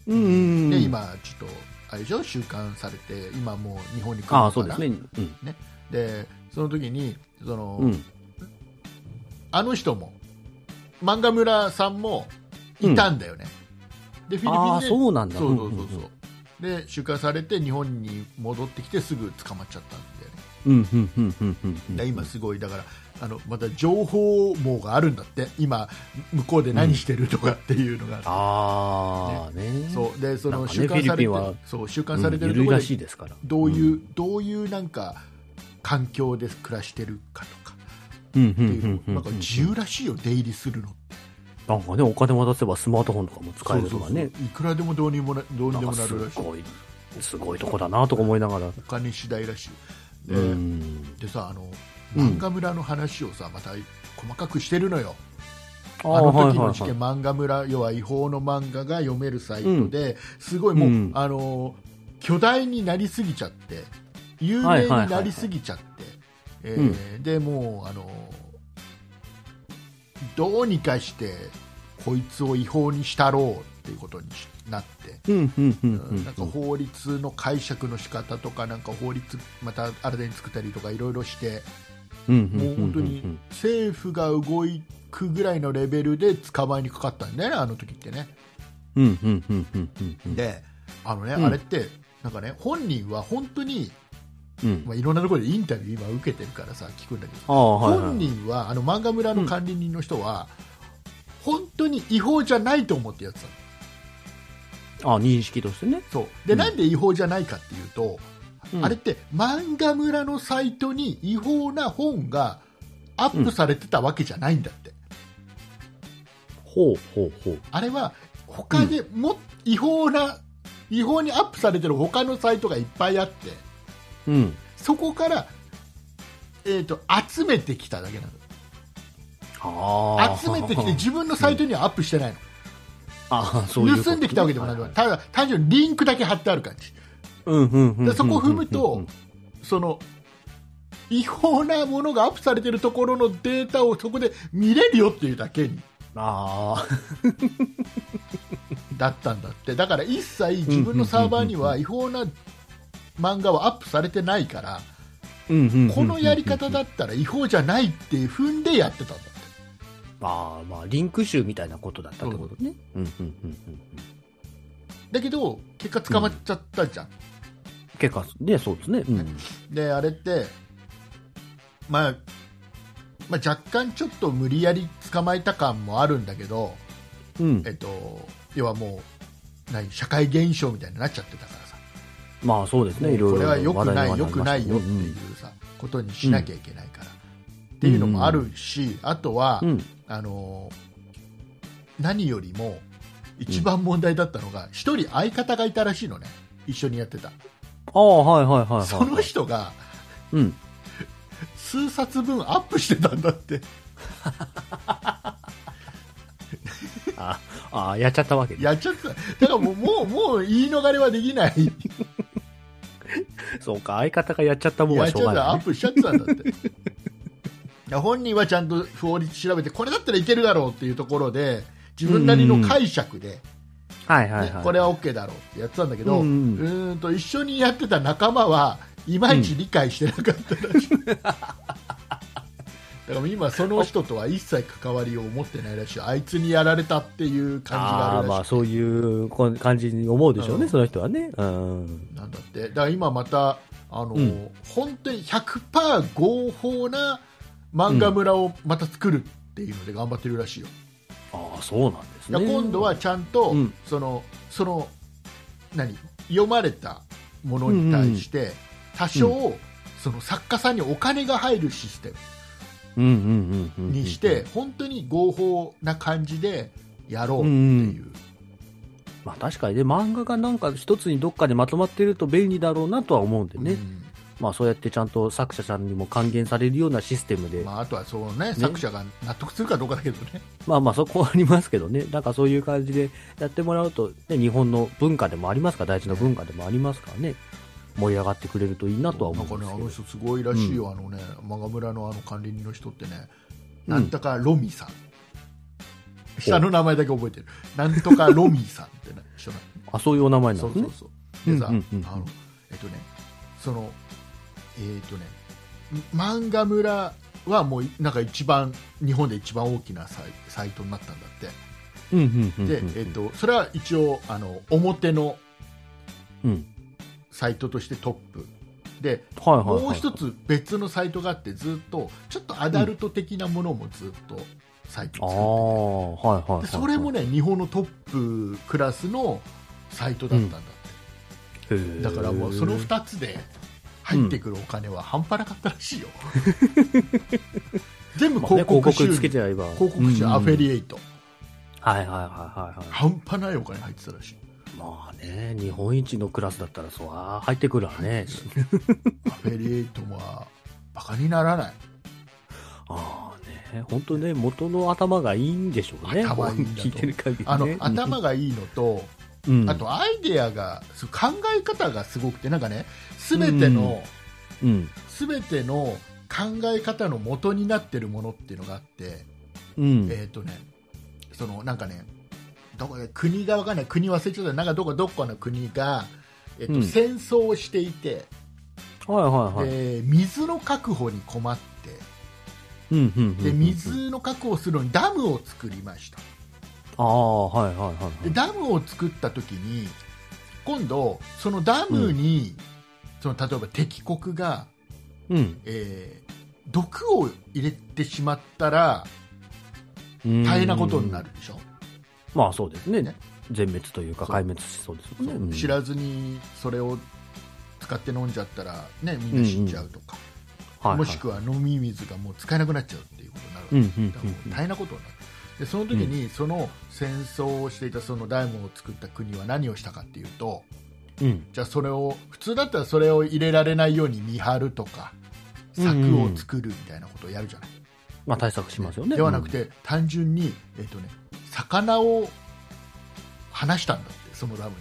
Speaker 3: うんうん。
Speaker 2: で。今ちょっとあれでしょ収監されて今もう日本に来るのかな
Speaker 3: ああ、そうですね。うん。
Speaker 2: でその時にその、
Speaker 3: うん。
Speaker 2: あの人も漫画村さんもいたんだよね、でフ
Speaker 3: あ
Speaker 2: ィ
Speaker 3: あ、
Speaker 2: リピンで
Speaker 3: そうなんだ。
Speaker 2: そうそうそうそ
Speaker 3: ん
Speaker 2: う、で収監されて日本に戻ってきてすぐ捕まっちゃったんだよね
Speaker 3: うんうんうんうんうんうん
Speaker 2: で今すごいだからあのまた情報網があるんだって今向こうで何してるとかっていうのがあって、
Speaker 3: ああね
Speaker 2: そうでそ
Speaker 3: なん
Speaker 2: の
Speaker 3: かね
Speaker 2: 収監されて
Speaker 3: フィリピンは
Speaker 2: そう収
Speaker 3: う
Speaker 2: 監されてる
Speaker 3: ん
Speaker 2: と
Speaker 3: 緩い
Speaker 2: ころ
Speaker 3: ら
Speaker 2: で
Speaker 3: しいですから
Speaker 2: どういう、どういうなんか環境で暮らしてるかとか
Speaker 3: うんうんう
Speaker 2: っ
Speaker 3: ん
Speaker 2: ていう
Speaker 3: う
Speaker 2: の
Speaker 3: んうん
Speaker 2: なんか自由らしいよ出入りするのって
Speaker 3: なんかねお金渡せばスマートフォンとかも使える
Speaker 2: そ
Speaker 3: と
Speaker 2: うそ
Speaker 3: か
Speaker 2: うそう
Speaker 3: ね
Speaker 2: いくらでもどうにもなどうに
Speaker 3: な
Speaker 2: で
Speaker 3: ん
Speaker 2: も
Speaker 3: か
Speaker 2: な
Speaker 3: す
Speaker 2: るらしい
Speaker 3: ごいすごいとこだなとか思いながら
Speaker 2: お金次第らしいで,、
Speaker 3: うん
Speaker 2: でさあの
Speaker 3: うん
Speaker 2: 漫画村の話をさまた細かくしてるのよ、
Speaker 3: あ
Speaker 2: あ
Speaker 3: ー
Speaker 2: の時の事件、
Speaker 3: はいはいはい
Speaker 2: 漫画村要は違法の漫画が読めるサイトで、すごいもう、
Speaker 3: うん
Speaker 2: あの巨大になりすぎちゃって有
Speaker 3: はい
Speaker 2: 名
Speaker 3: は
Speaker 2: に
Speaker 3: いはいはい
Speaker 2: なりすぎちゃって、えーでもうあのどうにかしてこいつを違法にしたろうっていうことになって。
Speaker 3: うんうんうんうん
Speaker 2: なんか法律の解釈の仕方とかなんか法律また新たに作ったりとかいろいろして
Speaker 3: うんうん
Speaker 2: もう本当
Speaker 3: うんうん
Speaker 2: に政府が動くぐらいのレベルで捕まえにかかったんだよね、あの時ってね。
Speaker 3: うんうんうんうんうんうん
Speaker 2: で、あのね、
Speaker 3: うん
Speaker 2: あれって、なんかね、本人は本当に、
Speaker 3: うん
Speaker 2: まあ、いろんなところでインタビュー今受けてるからさ、聞くんだけど、
Speaker 3: ああはいはい
Speaker 2: 本人は、あの漫画村の管理人の人は、本当に違法じゃないと思ってやってたの
Speaker 3: ああ認識としてね
Speaker 2: そう。で、
Speaker 3: うん
Speaker 2: なんで違法じゃないかっていうと、
Speaker 3: うん
Speaker 2: あれって漫画村のサイトに違法な本がアップされてたわけじゃないんだって。
Speaker 3: ほうほうほう
Speaker 2: あれは他でも、違法な違法にアップされてる他のサイトがいっぱいあって
Speaker 3: うん
Speaker 2: そこから、えー、と集めてきただけな
Speaker 3: あ
Speaker 2: の
Speaker 3: あ
Speaker 2: 集めてきて自分のサイトにはアップしてない
Speaker 3: ああそう
Speaker 2: の、
Speaker 3: いうこと
Speaker 2: 盗んできたわけでもないの、
Speaker 3: はいはい
Speaker 2: ただ単純にリンクだけ貼ってある感じ
Speaker 3: うんうんうんうんうんうん
Speaker 2: でそこを踏むとその違法なものがアップされてるところのデータをそこで見れるよっていうだけに
Speaker 3: ああ
Speaker 2: だったんだってだから一切自分のサーバーには違法な漫画はアップされてないから、
Speaker 3: うんうんうん
Speaker 2: このやり方だったら違法じゃないって踏んでやってたんだって
Speaker 3: まあまあリンク集みたいなことだったってことねうんうんうんうん
Speaker 2: だけど結果捕まっちゃったじゃん、
Speaker 3: 結果ねそうですねうん
Speaker 2: であれって、まあ、まあ若干ちょっと無理やり捕まえた感もあるんだけど、
Speaker 3: うん
Speaker 2: えっと、要はもう何社会現象みたいになっちゃってたからさ
Speaker 3: まあそうですねいろいろ
Speaker 2: これは良くない、
Speaker 3: 話題
Speaker 2: 良
Speaker 3: に
Speaker 2: くない
Speaker 3: りました
Speaker 2: よっていうさ、ことにしなきゃいけないから、っていうのもあるし、あとは、
Speaker 3: うんうん
Speaker 2: あの何よりも一番問題だったのが一、人相方がいたらしいのね一緒にやってた、
Speaker 3: ああはいはいはいはい
Speaker 2: その人が
Speaker 3: うん
Speaker 2: 数冊分アップしてたんだって
Speaker 3: ああやっちゃったわけね
Speaker 2: やっちゃってただからもうもうもう言い逃れはできない
Speaker 3: そうか相方がやっちゃったもん
Speaker 2: や
Speaker 3: は
Speaker 2: っ
Speaker 3: し
Speaker 2: ち
Speaker 3: ょ
Speaker 2: ゃ
Speaker 3: う
Speaker 2: って
Speaker 3: が
Speaker 2: た
Speaker 3: な
Speaker 2: ア
Speaker 3: い
Speaker 2: ッ
Speaker 3: ね
Speaker 2: プしちゃってたんだって いや本人はちゃんと法律調べてこれだったらいけるだろうっていうところで自分なりの解釈で、
Speaker 3: はいは
Speaker 2: ね
Speaker 3: いはい
Speaker 2: これは OK だろうってやってたんだけど、
Speaker 3: う
Speaker 2: うんんんと一緒にやってた仲間はいまいち理解してなかったらしい、 だから今その人とは一切関わりを持ってないらしいあいつにやられたっていう感じが
Speaker 3: あ
Speaker 2: あ
Speaker 3: あ
Speaker 2: る
Speaker 3: ま
Speaker 2: ら
Speaker 3: あ
Speaker 2: しい、
Speaker 3: そういうこん感じに思うでしょうね、
Speaker 2: うん
Speaker 3: その人はねうん
Speaker 2: なんだってだから今またあの、
Speaker 3: うん
Speaker 2: 本当に100%合法な漫画村をまた作るっていうので頑張ってるらしいよ、
Speaker 3: ああそうなんです
Speaker 2: だ
Speaker 3: ね
Speaker 2: から今度はちゃんと、
Speaker 3: うん
Speaker 2: そのその何読まれたものに対して多少、その作家さんにお金が入るシステ
Speaker 3: うんうんうんうんう
Speaker 2: ム
Speaker 3: ん
Speaker 2: にして、本当に合法な感じでやろうっていう
Speaker 3: まあ確かにね、漫画がなんか一つにどっかでまとまってると便利だろうなとは思うんでね。
Speaker 2: うん
Speaker 3: まあそうやってちゃんと作者さんにも還元されるようなシステムで、まあ、
Speaker 2: まあ、あとはそう、ね、作者が納得するかどうかだけどね、
Speaker 3: まあそこはありますけどね。なんかそういう感じでやってもらうと、ね、日本の文化でもありますから、大事な文化でもありますからね。盛り上がってくれるといいなとは
Speaker 2: な
Speaker 3: 思
Speaker 2: ん
Speaker 3: う
Speaker 2: か
Speaker 3: んで
Speaker 2: ね、
Speaker 3: す
Speaker 2: あの。人、
Speaker 3: けど
Speaker 2: すごいらしいよ、あのね、マガ村のあの管理人の人ってね、
Speaker 3: うん
Speaker 2: なんとかロミさん、下の名前だけ覚えてる、なんと かロミさんってね、人なの
Speaker 3: あ、そういうお名前な
Speaker 2: そ
Speaker 3: ん
Speaker 2: う
Speaker 3: です
Speaker 2: そ
Speaker 3: ね
Speaker 2: う。そう。でさ、
Speaker 3: うんうんうん
Speaker 2: あの、えっとね、その、えっとね、漫画村はもう、なんか一番、日本で一番大きなサイサイトになったんだっ
Speaker 3: うんうんうんうん
Speaker 2: て。で、えっと、それは一応、あの、表の
Speaker 3: うん。
Speaker 2: サイトとしてトップ。で、
Speaker 3: はいはいはい、
Speaker 2: もう一。つ別のサイトがあって、ずっと、ちょっとアダルト的なものもずっとサイト
Speaker 3: ああ、
Speaker 2: を
Speaker 3: はいはい
Speaker 2: 作っ
Speaker 3: はい、
Speaker 2: ててでそれも
Speaker 3: ね、
Speaker 2: ね、日本のトップクラスのサイトだったんだって。
Speaker 3: へー
Speaker 2: だからもうその2つで入ってくるお金は半端なかったら しいよ、全部
Speaker 3: まあ
Speaker 2: 広
Speaker 3: ね
Speaker 2: 告収入、
Speaker 3: つけちゃえば。
Speaker 2: 広告収入アフェ
Speaker 3: エ。
Speaker 2: リエイト、
Speaker 3: はいはいはいはいはい。
Speaker 2: 半端ないお金入ってたらしい
Speaker 3: まあね、日本一のクラスだったら、そう、あー入ってくるわね。
Speaker 2: アフェリエイトはバカにならない
Speaker 3: ああね、本当ね、元の頭がいいんでしょうね。
Speaker 2: 頭いいんだと
Speaker 3: 聞いてる限り、ね。
Speaker 2: あの、
Speaker 3: うん
Speaker 2: 頭、がいいのと、
Speaker 3: うん、
Speaker 2: あ、とアイデアがそう考え方がすごくてなんかね全ての、
Speaker 3: うん、
Speaker 2: 全ての考え方の元になってるものっていうのがあって、
Speaker 3: うん、
Speaker 2: えっ、とね、そのなんかね、どこで国がわかんない、国忘れちゃった、なんかどこどこの国が、えっと
Speaker 3: うん
Speaker 2: 戦争をしていて、
Speaker 3: はいはいはい。
Speaker 2: で水の確保に困っ
Speaker 3: うんうんうんうん
Speaker 2: てで、水の確保するのにダムを作りました、
Speaker 3: ああ、はいはいはいはい。
Speaker 2: でダムを作った時に、今度、そのダムに、その例えば敵国が、
Speaker 3: うん。
Speaker 2: えー毒を入れてしまったら、
Speaker 3: うん
Speaker 2: 大変なことになる。でしょ。
Speaker 3: まあそうですね。
Speaker 2: ね
Speaker 3: 全滅というか、
Speaker 2: そう
Speaker 3: 壊滅しそうです
Speaker 2: そう
Speaker 3: よね。
Speaker 2: 知らずにそれを使って飲んじゃったら、ね、みんな死んじゃうとか、
Speaker 3: はいはい、
Speaker 2: もしくは飲み水がもう使えなくなっちゃうっていうことになるわけ
Speaker 3: うんう
Speaker 2: で
Speaker 3: んうん
Speaker 2: だか
Speaker 3: う
Speaker 2: ら
Speaker 3: ん
Speaker 2: もう大変なことになる。でその時にその戦争をしていたそのダイムを作った国は何をしたかっていうと
Speaker 3: うん、
Speaker 2: じゃあそれを普通だったらそれを入れられないように見張るとか
Speaker 3: うんう
Speaker 2: 柵
Speaker 3: ん
Speaker 2: を作るみたいなことをやるじゃない、
Speaker 3: まあ対策しますよね。
Speaker 2: ではなくて単純に、えっとね、魚を放したんだってそのダムに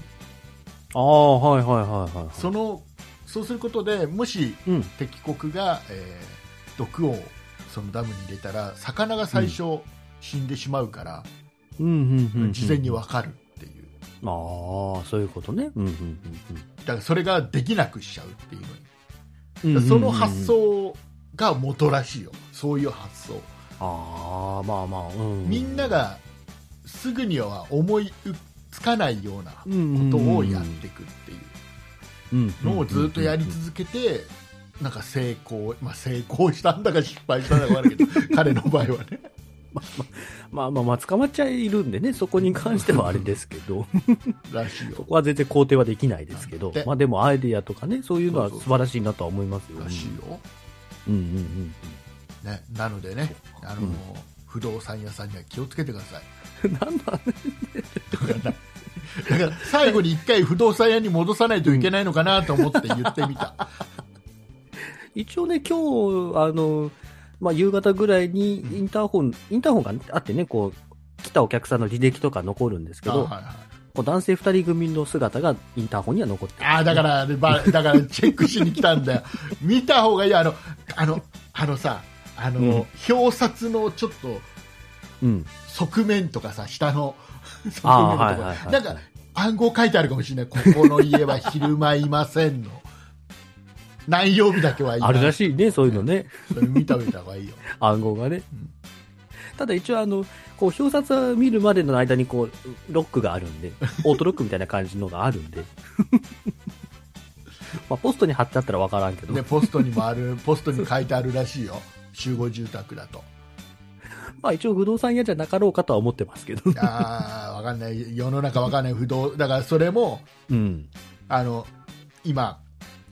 Speaker 3: ああ、はいはいはいはい。
Speaker 2: そのそうすることでもし
Speaker 3: うん。
Speaker 2: 敵国が、えー毒をそのダムに入れたら魚が最初死んでしまうから、
Speaker 3: うんうんうんうん。
Speaker 2: 事前にわかるっていう
Speaker 3: ああ、そういうことね。うんうん
Speaker 2: だからそれができなくしちゃうっていうのに
Speaker 3: うんう
Speaker 2: だか
Speaker 3: ん。
Speaker 2: らその発
Speaker 3: うんうんうん。
Speaker 2: 想が元らしいよそういう発想
Speaker 3: ああ、まあまあ、うん。
Speaker 2: みんながすぐには思いうつかないようなこ
Speaker 3: うんうんうんうん、
Speaker 2: とをやっていくっていうのをずっとやり続けてなんか成功、まあ、成功したんだか失敗したんだかわからないけ ど彼の場合はね
Speaker 3: まあまあまあ捕まっちゃいるんでねそこに関してはあれですけど
Speaker 2: らしいよ
Speaker 3: そこは全然肯定はできないですけど
Speaker 2: で
Speaker 3: まあでもアイディアとかねそういうの
Speaker 2: そ
Speaker 3: は
Speaker 2: うそう
Speaker 3: 素
Speaker 2: そう
Speaker 3: 晴らしいなとは思いますよ
Speaker 2: らしいよ、
Speaker 3: うんうんうん
Speaker 2: ね、なのでね、
Speaker 3: そうか
Speaker 2: あの
Speaker 3: うん
Speaker 2: 不動産屋さんには気をつけてください。
Speaker 3: うん なんだ
Speaker 2: だから最後に一回不動産屋に戻さないといけないのかなと思って言ってみ た。
Speaker 3: 一応ね今日あのまあ夕方ぐらいにインターホンインターホンがあってねこう来たお客さんの履歴とか残るんですけ
Speaker 2: あ,、
Speaker 3: ど、
Speaker 2: はいはい、
Speaker 3: こう男性二人組の姿がインターホンには残ってる
Speaker 2: あーだから、ね、ばだからチェックしに来たんだよ。見た方がいいよあのあのあのさあの、
Speaker 3: うん
Speaker 2: 表札のちょっと
Speaker 3: うん
Speaker 2: 側面とかさ下の側面とか、
Speaker 3: ああはいはいはい
Speaker 2: なんか暗号書いてあるかもしれない。ここの家は昼間いませんの。何曜日だけはいない
Speaker 3: あるらしいねそういうのね
Speaker 2: それ見た見た方がいいよ。
Speaker 3: 暗号がね、
Speaker 2: うん
Speaker 3: ただ一応あのこう表札を見るまでの間にこうロックがある んでオートロックみたいな感じのがあるんでまあポストに貼ってあったら分からんけど、
Speaker 2: ね、ポストにもある、ポストに書いてあるらしいよ、集合住宅だと。
Speaker 3: まあ一応不動産屋じゃなかろうかとは思ってます けど
Speaker 2: ああ、わかんない、世の中わかんない、不動、だからそれも、
Speaker 3: うん
Speaker 2: あの、今、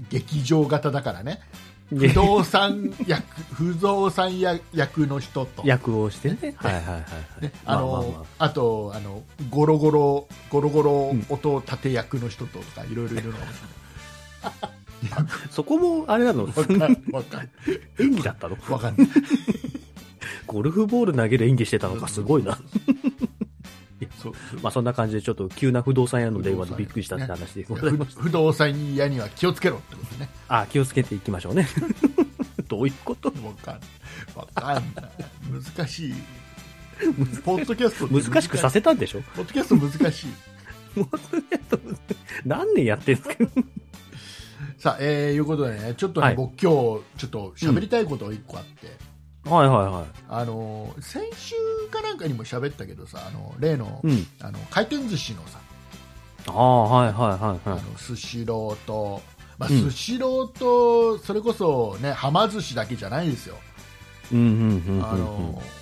Speaker 2: 劇場型だからね、不動産役不動産や役の人と、
Speaker 3: 役をしてね。はいはいはいはい。
Speaker 2: ねあの
Speaker 3: まあまあま
Speaker 2: あとあのゴロゴロゴロゴロ音立て役の人とかいろいろいるのかもし
Speaker 3: あそこも、あれなの、
Speaker 2: れ ないわかんない
Speaker 3: 演技だ ったの
Speaker 2: わかんない
Speaker 3: ゴルフボール投げる演技してたのか、すごいな。
Speaker 2: そうそう
Speaker 3: まあそんな感じで、ちょっと急な不動産屋の電話でびっくりしたって話でございま
Speaker 2: 不
Speaker 3: す。
Speaker 2: 不動産屋には気をつけろってことね
Speaker 3: あ、気をつけていきまし ょうね。どういうこと
Speaker 2: わかんわかんない難しいポッドキャストって
Speaker 3: 難しくさせたんでしょ
Speaker 2: ポッドキャスト難しい
Speaker 3: 何年やってんすか
Speaker 2: さあ、えー、いうことでねちょっとね、
Speaker 3: はい
Speaker 2: 僕今日ちょっと喋りたいことが一個あって、
Speaker 3: はいはいは
Speaker 2: あのー先週かなんかにも喋ったけどさあの例の,、
Speaker 3: い。うん。
Speaker 2: あの回転寿司のさ、
Speaker 3: ああ、はいはいはい
Speaker 2: あ
Speaker 3: はい。
Speaker 2: のスシローと、まあ、
Speaker 3: うん
Speaker 2: スシローとそれこそねはま寿司だけじゃないですよ、
Speaker 3: うんうんうんうんうん。
Speaker 2: あのー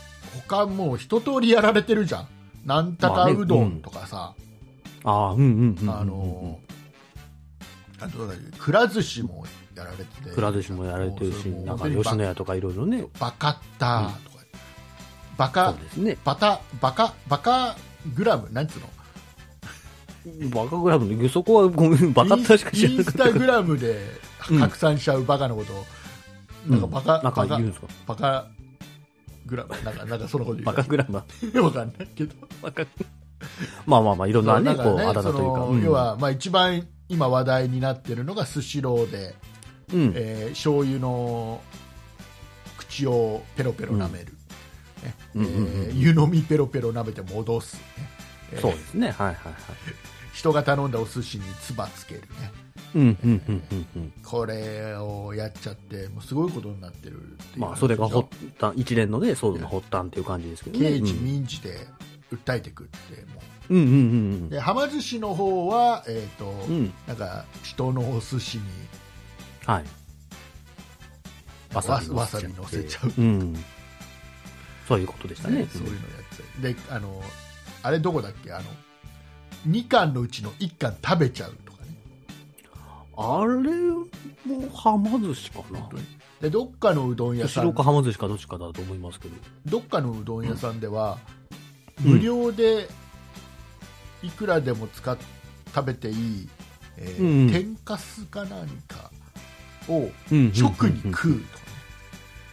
Speaker 2: 他もう一通りやられてるじゃんなんたかうどんとかさ、
Speaker 3: ああ、うんうんうんうん。
Speaker 2: あのーあとだっけくら寿司もやられてて
Speaker 3: くら寿司もやられてるし、
Speaker 2: もう
Speaker 3: なん
Speaker 2: そ
Speaker 3: か
Speaker 2: れもう
Speaker 3: 吉野家とかいろいろね。
Speaker 2: バカッターとか、バ
Speaker 3: そ
Speaker 2: カ
Speaker 3: うですね。
Speaker 2: バタバカバカグラムなんつうの
Speaker 3: バカグラブの、そこはごめん、バカったしか知ら
Speaker 2: インイ
Speaker 3: な
Speaker 2: ン
Speaker 3: かっ
Speaker 2: ス
Speaker 3: た。
Speaker 2: タグラムで
Speaker 3: うん
Speaker 2: 拡散しちゃうバカのことを、
Speaker 3: うん
Speaker 2: なんかバカ、
Speaker 3: なんか
Speaker 2: バカ
Speaker 3: 言うんですか
Speaker 2: バカグラムなんかなんかそのこと言う
Speaker 3: バカグラブ。
Speaker 2: ラム わかんないけど
Speaker 3: バカまあまあまあ、いろんなね、
Speaker 2: そ
Speaker 3: こ
Speaker 2: う
Speaker 3: う、あだ名というか。
Speaker 2: その
Speaker 3: うん
Speaker 2: 要、はまあ一番今話題になってるのがスシローで、
Speaker 3: うん。
Speaker 2: えー醤油の口をペロペロ舐める、ね
Speaker 3: うんうんうん
Speaker 2: えー湯飲みペロペロ舐めて戻す、ねえー
Speaker 3: そうですね。はいはいはい。
Speaker 2: 人が頼んだお寿司に唾つけるね
Speaker 3: うんうんうんうんうん。
Speaker 2: これをやっちゃってもうすごいことになってるっていう
Speaker 3: まあ、それが
Speaker 2: 話
Speaker 3: 発
Speaker 2: で
Speaker 3: 端、一連のね、騒動の発端っていう感じですけど
Speaker 2: しょ
Speaker 3: ね。
Speaker 2: 刑事
Speaker 3: うん
Speaker 2: 民事で訴えてくっても
Speaker 3: うんうん
Speaker 2: うではま寿司の方はえっ、と、
Speaker 3: うんうん。うん。
Speaker 2: なんか人のお寿司に
Speaker 3: はい。
Speaker 2: わさわさび
Speaker 3: 乗
Speaker 2: 乗
Speaker 3: せ
Speaker 2: せ
Speaker 3: ち
Speaker 2: ち
Speaker 3: ゃ
Speaker 2: ゃう
Speaker 3: う。うん。そういうことでした
Speaker 2: ね
Speaker 3: ね。
Speaker 2: そういうのやっちゃうであのあれどこだっけあの2巻のうちの1巻食べちゃうとかね
Speaker 3: あれもはま寿司かな
Speaker 2: 本当。にでどっかのうどん屋さ
Speaker 3: 後
Speaker 2: ん
Speaker 3: ろかはま寿司かどっちかだと思いますけど。
Speaker 2: どっかのうどん屋さんでは、
Speaker 3: うん
Speaker 2: 無料でいくらでも使っ食べていい、えー
Speaker 3: うんうん
Speaker 2: 天かすか何かを
Speaker 3: うん
Speaker 2: 直に食う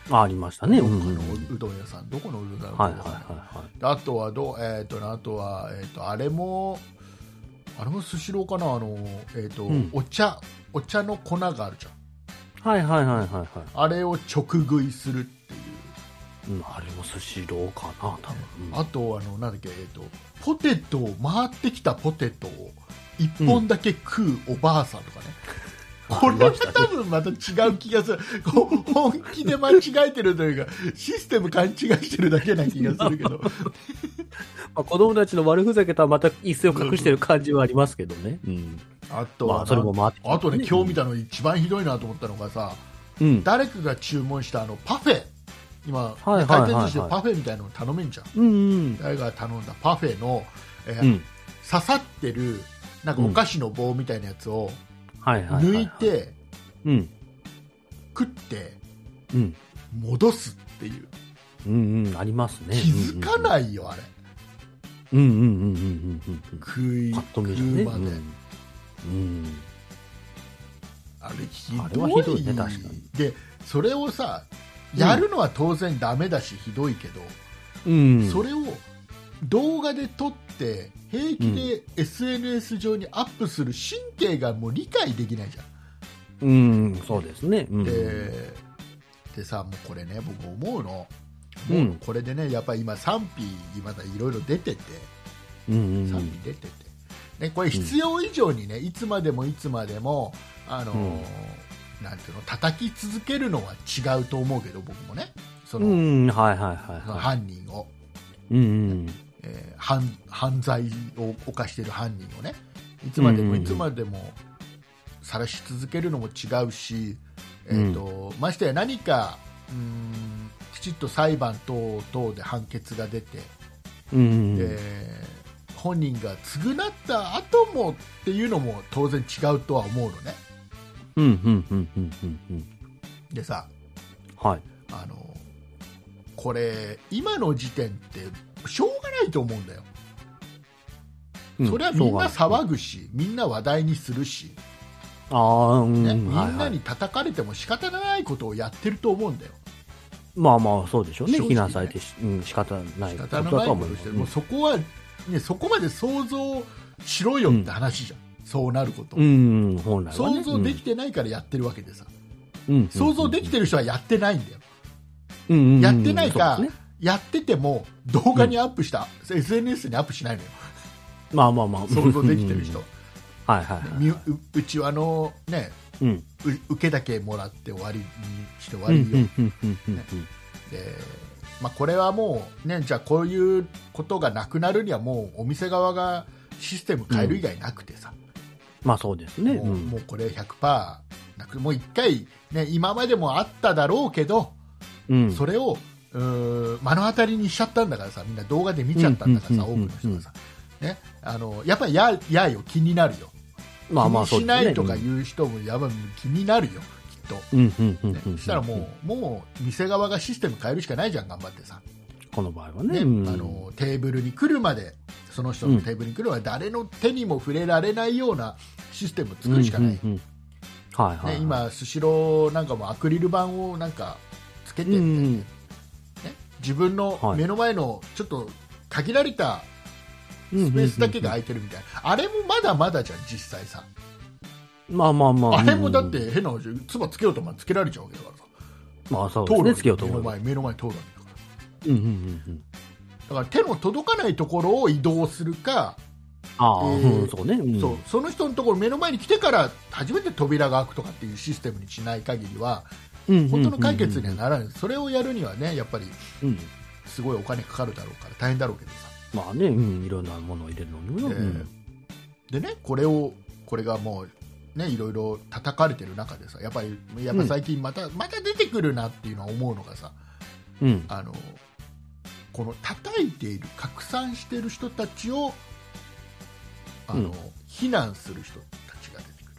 Speaker 2: と
Speaker 3: あありましたね。
Speaker 2: か
Speaker 3: うん
Speaker 2: ね、
Speaker 3: うんう
Speaker 2: どっかのうど
Speaker 3: ん
Speaker 2: ん屋さんどこのうどん屋さん
Speaker 3: はいはいはいはい。
Speaker 2: あとはどう、えー、とねあとは、えー、とあれもあれもスシローかなあの、えーと
Speaker 3: うん
Speaker 2: お茶お茶の粉があるじゃん
Speaker 3: はいはいはいはいは
Speaker 2: あれを直食いするっていう
Speaker 3: い。うん、あれもスシローかな、多分。うん
Speaker 2: あとあのなんだっけ、えー、とポテトを回ってきたポテトを1本だけ食うおばあさんとかね、これは多分また違う気がするこう本気で間違えてるというかシステム勘違いしてるだけな気がするけど
Speaker 3: まあ、子供たちの悪ふざけとはまた一線を隠してる感じはありますけどね。うん。
Speaker 2: あとはな
Speaker 3: まあ、それも回ってきて
Speaker 2: あとね今日見たの一番ひどいなと思ったのがさ
Speaker 3: うん。
Speaker 2: 誰かが注文したあのパフェ今、
Speaker 3: はいはいはいはい
Speaker 2: 回転寿司でパフェみたいなの頼めんじゃん
Speaker 3: うんうん。
Speaker 2: 誰が頼んだパフェの、えー
Speaker 3: うん。
Speaker 2: 刺さってるなんかお菓子の棒みたいなやつを
Speaker 3: はいはいはい、は
Speaker 2: 抜
Speaker 3: い。
Speaker 2: い。て
Speaker 3: うん。
Speaker 2: 食って
Speaker 3: うん。
Speaker 2: 戻すっていう
Speaker 3: うんうん。ありますね。
Speaker 2: 気づかないよあれ
Speaker 3: うんうんうんうんうんうんうん。
Speaker 2: 食い
Speaker 3: パッと
Speaker 2: 食
Speaker 3: 見じゃね。
Speaker 2: うま
Speaker 3: う
Speaker 2: で
Speaker 3: ん。うん。
Speaker 2: あれひ
Speaker 3: あれ
Speaker 2: ど
Speaker 3: はいひどいね確かに
Speaker 2: でそれをさやるのは当然ダメだしひどいけど
Speaker 3: うん。
Speaker 2: それを動画で撮って平気で SNS 上にアップする神経がもう理解できないじゃん
Speaker 3: うん、そうですね。うん。
Speaker 2: ででさもうこれね僕思うの、
Speaker 3: うん
Speaker 2: もうこれでねやっぱり今賛否まだいろいろ出てて
Speaker 3: うんうんう
Speaker 2: 賛
Speaker 3: ん。
Speaker 2: 否出てて、ね、これ必要以上にねいつまでもいつまでもあのー、なんていうの叩き続けるのは違うと思うけど僕もねその、
Speaker 3: うん、はいはい
Speaker 2: その
Speaker 3: は
Speaker 2: 犯人を、
Speaker 3: い。うん
Speaker 2: えー犯犯罪を犯している犯人をねいつまでも
Speaker 3: うん
Speaker 2: いつまでも晒し続けるのも違うし、
Speaker 3: うん
Speaker 2: えー、とましてや何かうーんきちっと裁判等々で判決が出て、
Speaker 3: うん。うんうん。
Speaker 2: えー本人が償った後もっていうのも当然違うとは思うのね
Speaker 3: うんうんうんうんうんうん。
Speaker 2: でさ
Speaker 3: はい。
Speaker 2: あのこれ今の時点ってしょうがないと思うんだよ、
Speaker 3: うん
Speaker 2: それはみんな
Speaker 3: そうなん
Speaker 2: 騒ぐしみんな話題にするし、
Speaker 3: ですああ、うん、
Speaker 2: ね
Speaker 3: はい
Speaker 2: みん
Speaker 3: は
Speaker 2: ないに叩かれても仕方ないことをやってると思うんだよ
Speaker 3: まあまあ、そうでしょうね。
Speaker 2: 正直
Speaker 3: 非
Speaker 2: ね
Speaker 3: 難されてし、うん、仕方ない
Speaker 2: 仕
Speaker 3: こと
Speaker 2: 方の
Speaker 3: だと
Speaker 2: ない
Speaker 3: は
Speaker 2: こと
Speaker 3: 思い
Speaker 2: を
Speaker 3: ま
Speaker 2: して
Speaker 3: す
Speaker 2: る、
Speaker 3: ね。
Speaker 2: もうそこは、ね、そこまで想像しろよって話じゃん、そうなること、
Speaker 3: うん、本来は、ね。
Speaker 2: 想像できてないからやってるわけでさ、
Speaker 3: うん、うん
Speaker 2: 想像できてる人はやってないんだよ、
Speaker 3: うんうんうん
Speaker 2: やってないか、
Speaker 3: そうですね
Speaker 2: やってても動画にアップした、SNS にアップしないのよ、
Speaker 3: まあまあまあ。
Speaker 2: 想像できてる人、
Speaker 3: はいはいはい。
Speaker 2: みううちはあの、ね、
Speaker 3: うん。
Speaker 2: う受けだけもらって終わりにして終わ
Speaker 3: うん
Speaker 2: りよ、
Speaker 3: うんうんうんうんうん
Speaker 2: でまあ、これはもう、ね、じゃあこういうことがなくなるにはもうお店側がシステム変える以外なくてさ、
Speaker 3: まあそうですね。
Speaker 2: もう,、
Speaker 3: うん
Speaker 2: もうこれ100%なくもう1回、ね、今までもあっただろうけど、
Speaker 3: うん。
Speaker 2: それをうー目の当たりにしちゃったんだからさみんな動画で見ちゃったんだからさ、
Speaker 3: うんうんうんうん
Speaker 2: 多くの人がさ、ね、あのやっぱりややよ気になるよ、
Speaker 3: まあまあ
Speaker 2: 気
Speaker 3: そう
Speaker 2: に
Speaker 3: で
Speaker 2: し
Speaker 3: すね。
Speaker 2: ないとかいう人もやばい気になるよ、きっと。
Speaker 3: うん。うんうんうん
Speaker 2: ね
Speaker 3: うん。
Speaker 2: そしたらもうもう店側がシステム変えるしかないじゃん、頑張ってさ、
Speaker 3: この場合は
Speaker 2: ね
Speaker 3: ね。
Speaker 2: あ
Speaker 3: うん
Speaker 2: のテーブルに来るまでその人のテーブルに来るまで誰の手にも触れられないようなシステム作るしかない、
Speaker 3: うんうんうんはいはいは
Speaker 2: ね
Speaker 3: い。、
Speaker 2: 今、スシローなんかもアクリル板をなんかつけてみたいなね、
Speaker 3: うん
Speaker 2: 自分の
Speaker 3: はい
Speaker 2: 目の前のちょっと限られたスペースだけが
Speaker 3: うんう
Speaker 2: 空い
Speaker 3: ん
Speaker 2: てるみたいな、あれもまだまだじゃん、実際さ、
Speaker 3: うんまあまあまあ。
Speaker 2: あれもだっ
Speaker 3: うんうん
Speaker 2: て変な話、つばつけようと思えばつけられちゃうわけだからさ、
Speaker 3: まあそう
Speaker 2: 通
Speaker 3: です
Speaker 2: る
Speaker 3: ね。つけようと思
Speaker 2: 目
Speaker 3: え
Speaker 2: の
Speaker 3: ば。
Speaker 2: 前、目の前通るわけだから。
Speaker 3: うんうんうんうん。
Speaker 2: だから手の届かないところを移動するか、
Speaker 3: ああ、
Speaker 2: えー
Speaker 3: うんそうね。うん
Speaker 2: そうその人のところ目の前に来てから初めて扉が開くとかっていうシステムにしない限りは
Speaker 3: うん
Speaker 2: 本当の解決にはならない、それをやるにはねやっぱり
Speaker 3: うん
Speaker 2: すごいお金かかるだろうから大変だろうけどさ、
Speaker 3: まあね、うん、いろんなものを入れるのにもね。
Speaker 2: えーでねこれをこれがもうねいろいろ叩かれてる中でさやっぱりやっぱ最近また、また出てくるなっていうのは思うのがさ
Speaker 3: うんうん。
Speaker 2: あのこの叩いている拡散している人たちをあの、
Speaker 3: うん
Speaker 2: 非難する人たちが出てくる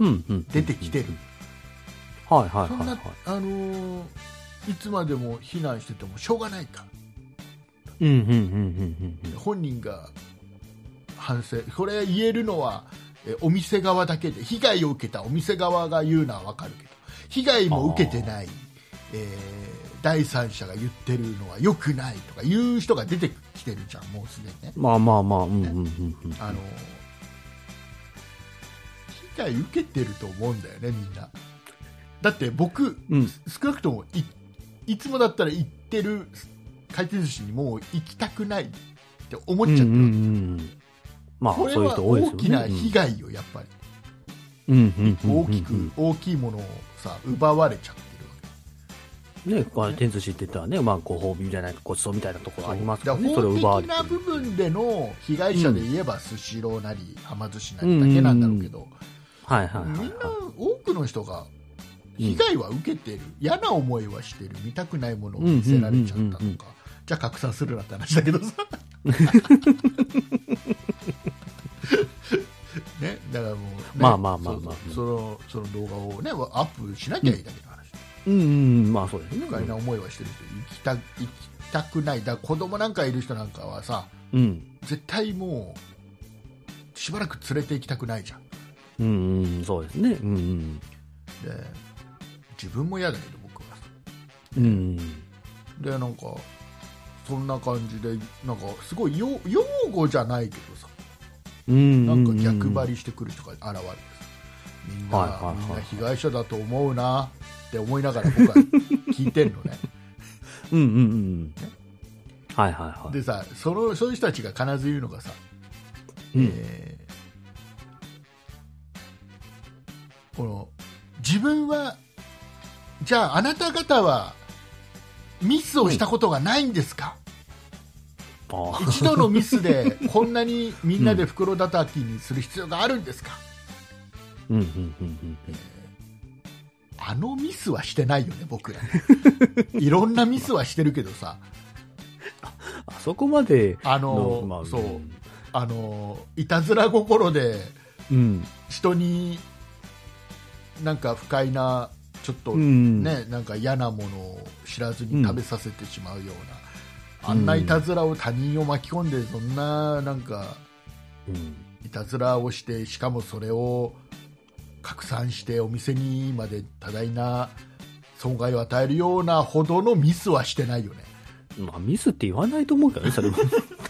Speaker 3: うんうん。
Speaker 2: 出てきてる。
Speaker 3: はいはい
Speaker 2: そ
Speaker 3: は
Speaker 2: ん
Speaker 3: い
Speaker 2: な、
Speaker 3: はい。
Speaker 2: あのーいつまでも避難しててもしょうがないか
Speaker 3: うんうんうんうんうんうん。
Speaker 2: 本人が反省これ言えるのはえお店側だけで被害を受けたお店側が言うのは分かるけど被害も受けてない、えー第三者が言ってるのは良くないとかいう人が出てきてるじゃんもうすでにね
Speaker 3: まあまあまあ、うんうんうんうん。
Speaker 2: あのー被害受けてると思うんだよねみんなだって僕
Speaker 3: うん。
Speaker 2: 少なくともいいつもだったら行ってる回転寿司にもう行きたくないって思っ
Speaker 3: う
Speaker 2: ち
Speaker 3: ん
Speaker 2: ゃっ
Speaker 3: う
Speaker 2: て
Speaker 3: ん
Speaker 2: る、
Speaker 3: うん。まあ、そ
Speaker 2: こ
Speaker 3: う
Speaker 2: れ
Speaker 3: いう
Speaker 2: は
Speaker 3: 人多いで
Speaker 2: 大
Speaker 3: す
Speaker 2: き
Speaker 3: よ
Speaker 2: な
Speaker 3: ね。
Speaker 2: 被害よ、やっぱり、
Speaker 3: うんうんうんうんうん
Speaker 2: 大きく。大きいものをさ奪われちゃってるわけ
Speaker 3: ね、まあ天寿司って言ったらね、まあ、ご褒美じゃないか、ごちそうみたいなところありますけ
Speaker 2: だ
Speaker 3: ど
Speaker 2: から
Speaker 3: ね、それを奪わ
Speaker 2: 法
Speaker 3: れ
Speaker 2: 的
Speaker 3: て
Speaker 2: な
Speaker 3: る
Speaker 2: 部分での被害者で言えばスシローなりはま寿司なりだけなんだろうけど、
Speaker 3: はいはいはい
Speaker 2: みんな
Speaker 3: は
Speaker 2: 多くの人が
Speaker 3: い。
Speaker 2: 被害は受けてる、嫌な思いはしてる見たくないものを見せられちゃったとか、
Speaker 3: うんうんうんうんうん
Speaker 2: じゃあ拡散するなって話だけど さねだからもう、ね
Speaker 3: まあまあまあまあ
Speaker 2: そそのその動画をねわアップしなきゃいいだけの話、
Speaker 3: うんうんうん、まあそうですね。
Speaker 2: 不快な思いはしてる人行きた行きたくないだから子供なんかいる人なんかはさ
Speaker 3: うん。
Speaker 2: 絶対もうしばらく連れて行きたくないじゃん
Speaker 3: うんうん、そうですね。うん
Speaker 2: で自分も嫌だけど僕はさ
Speaker 3: うん。うん
Speaker 2: でなんかそんな感じでなんかすごいよ擁護じゃないけどさ
Speaker 3: うん。
Speaker 2: なんか逆
Speaker 3: り
Speaker 2: 張りしてくる人が現れてさみん
Speaker 3: はい
Speaker 2: な
Speaker 3: はいはい
Speaker 2: みんな被害者だと思うなって思いながら僕は聞いてんのね
Speaker 3: うんうんうんうん。はいはいはい。
Speaker 2: でさそのそういう人たちが必ず言うのがさ、
Speaker 3: うん、
Speaker 2: えーこの自分はじゃああなた方はミスをしたことがないんですか、
Speaker 3: ああ
Speaker 2: 一度のミスでこんなにみんなで袋叩きにする必要があるんですか、
Speaker 3: うんうんうん
Speaker 2: あのミスはしてないよね、僕ら。いろんなミスはしてるけどさ、
Speaker 3: うん。あそこまで
Speaker 2: あ
Speaker 3: の、
Speaker 2: の、
Speaker 3: まあ、
Speaker 2: そう、あの、いたずら心で
Speaker 3: うん。
Speaker 2: 人になんか不快なちょっと
Speaker 3: う
Speaker 2: ね、
Speaker 3: ん。
Speaker 2: なんか嫌なものを知らずに食べさせてしまうような、あんないたずらを他人を巻き込んでそんななんか
Speaker 3: うん
Speaker 2: いたずらをしてしかもそれを拡散してお店にまで多大な損害を与えるようなほどのミスはしてないよね。
Speaker 3: まあ、ミスって言わないと思うけどね、それも。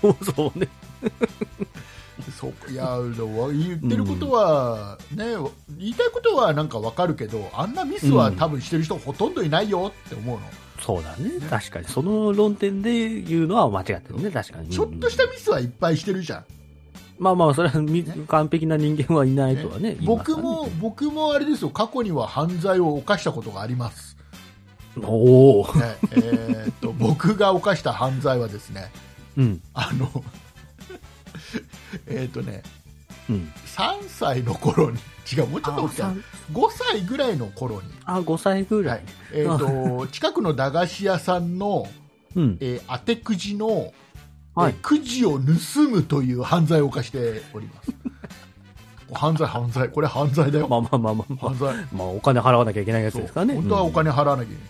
Speaker 3: そうそうね。
Speaker 2: そういやでも言ってることは、ね、言いたいことはなんかわかるけどあんなミスは多分してる人ほとんどいないよって思うの、
Speaker 3: そうだね。確かに。その論点で言うのは間違ってるね、確かに。
Speaker 2: ちょっとしたミスはいっぱいしてるじゃん、
Speaker 3: まあまあ、それはみ完璧な人間はいないとはね。言いま
Speaker 2: 僕
Speaker 3: すからね
Speaker 2: も僕もあれですよ過去には犯罪を犯したことがあり ます、
Speaker 3: おお。
Speaker 2: ねえーっと僕が犯した犯罪はですね
Speaker 3: うん。
Speaker 2: あの えーっとね
Speaker 3: うん。
Speaker 2: 3歳の頃に違うもうちょっと大き
Speaker 3: あ
Speaker 2: な
Speaker 3: さん
Speaker 2: 5歳ぐらいの頃に、
Speaker 3: あ、5歳ぐら
Speaker 2: はいい。えーっと近くの駄菓子屋さんの
Speaker 3: うん。
Speaker 2: えー当てくじの、
Speaker 3: はい
Speaker 2: えーくじを盗むという犯罪を犯しており ます犯罪犯罪これ犯罪だよ、
Speaker 3: まあまあまあまあまあ
Speaker 2: 犯。罪
Speaker 3: まあ、お金払わなきゃいけないやつ
Speaker 2: そう
Speaker 3: ですからね。
Speaker 2: 本当はお金払わなきゃいけ
Speaker 3: うん。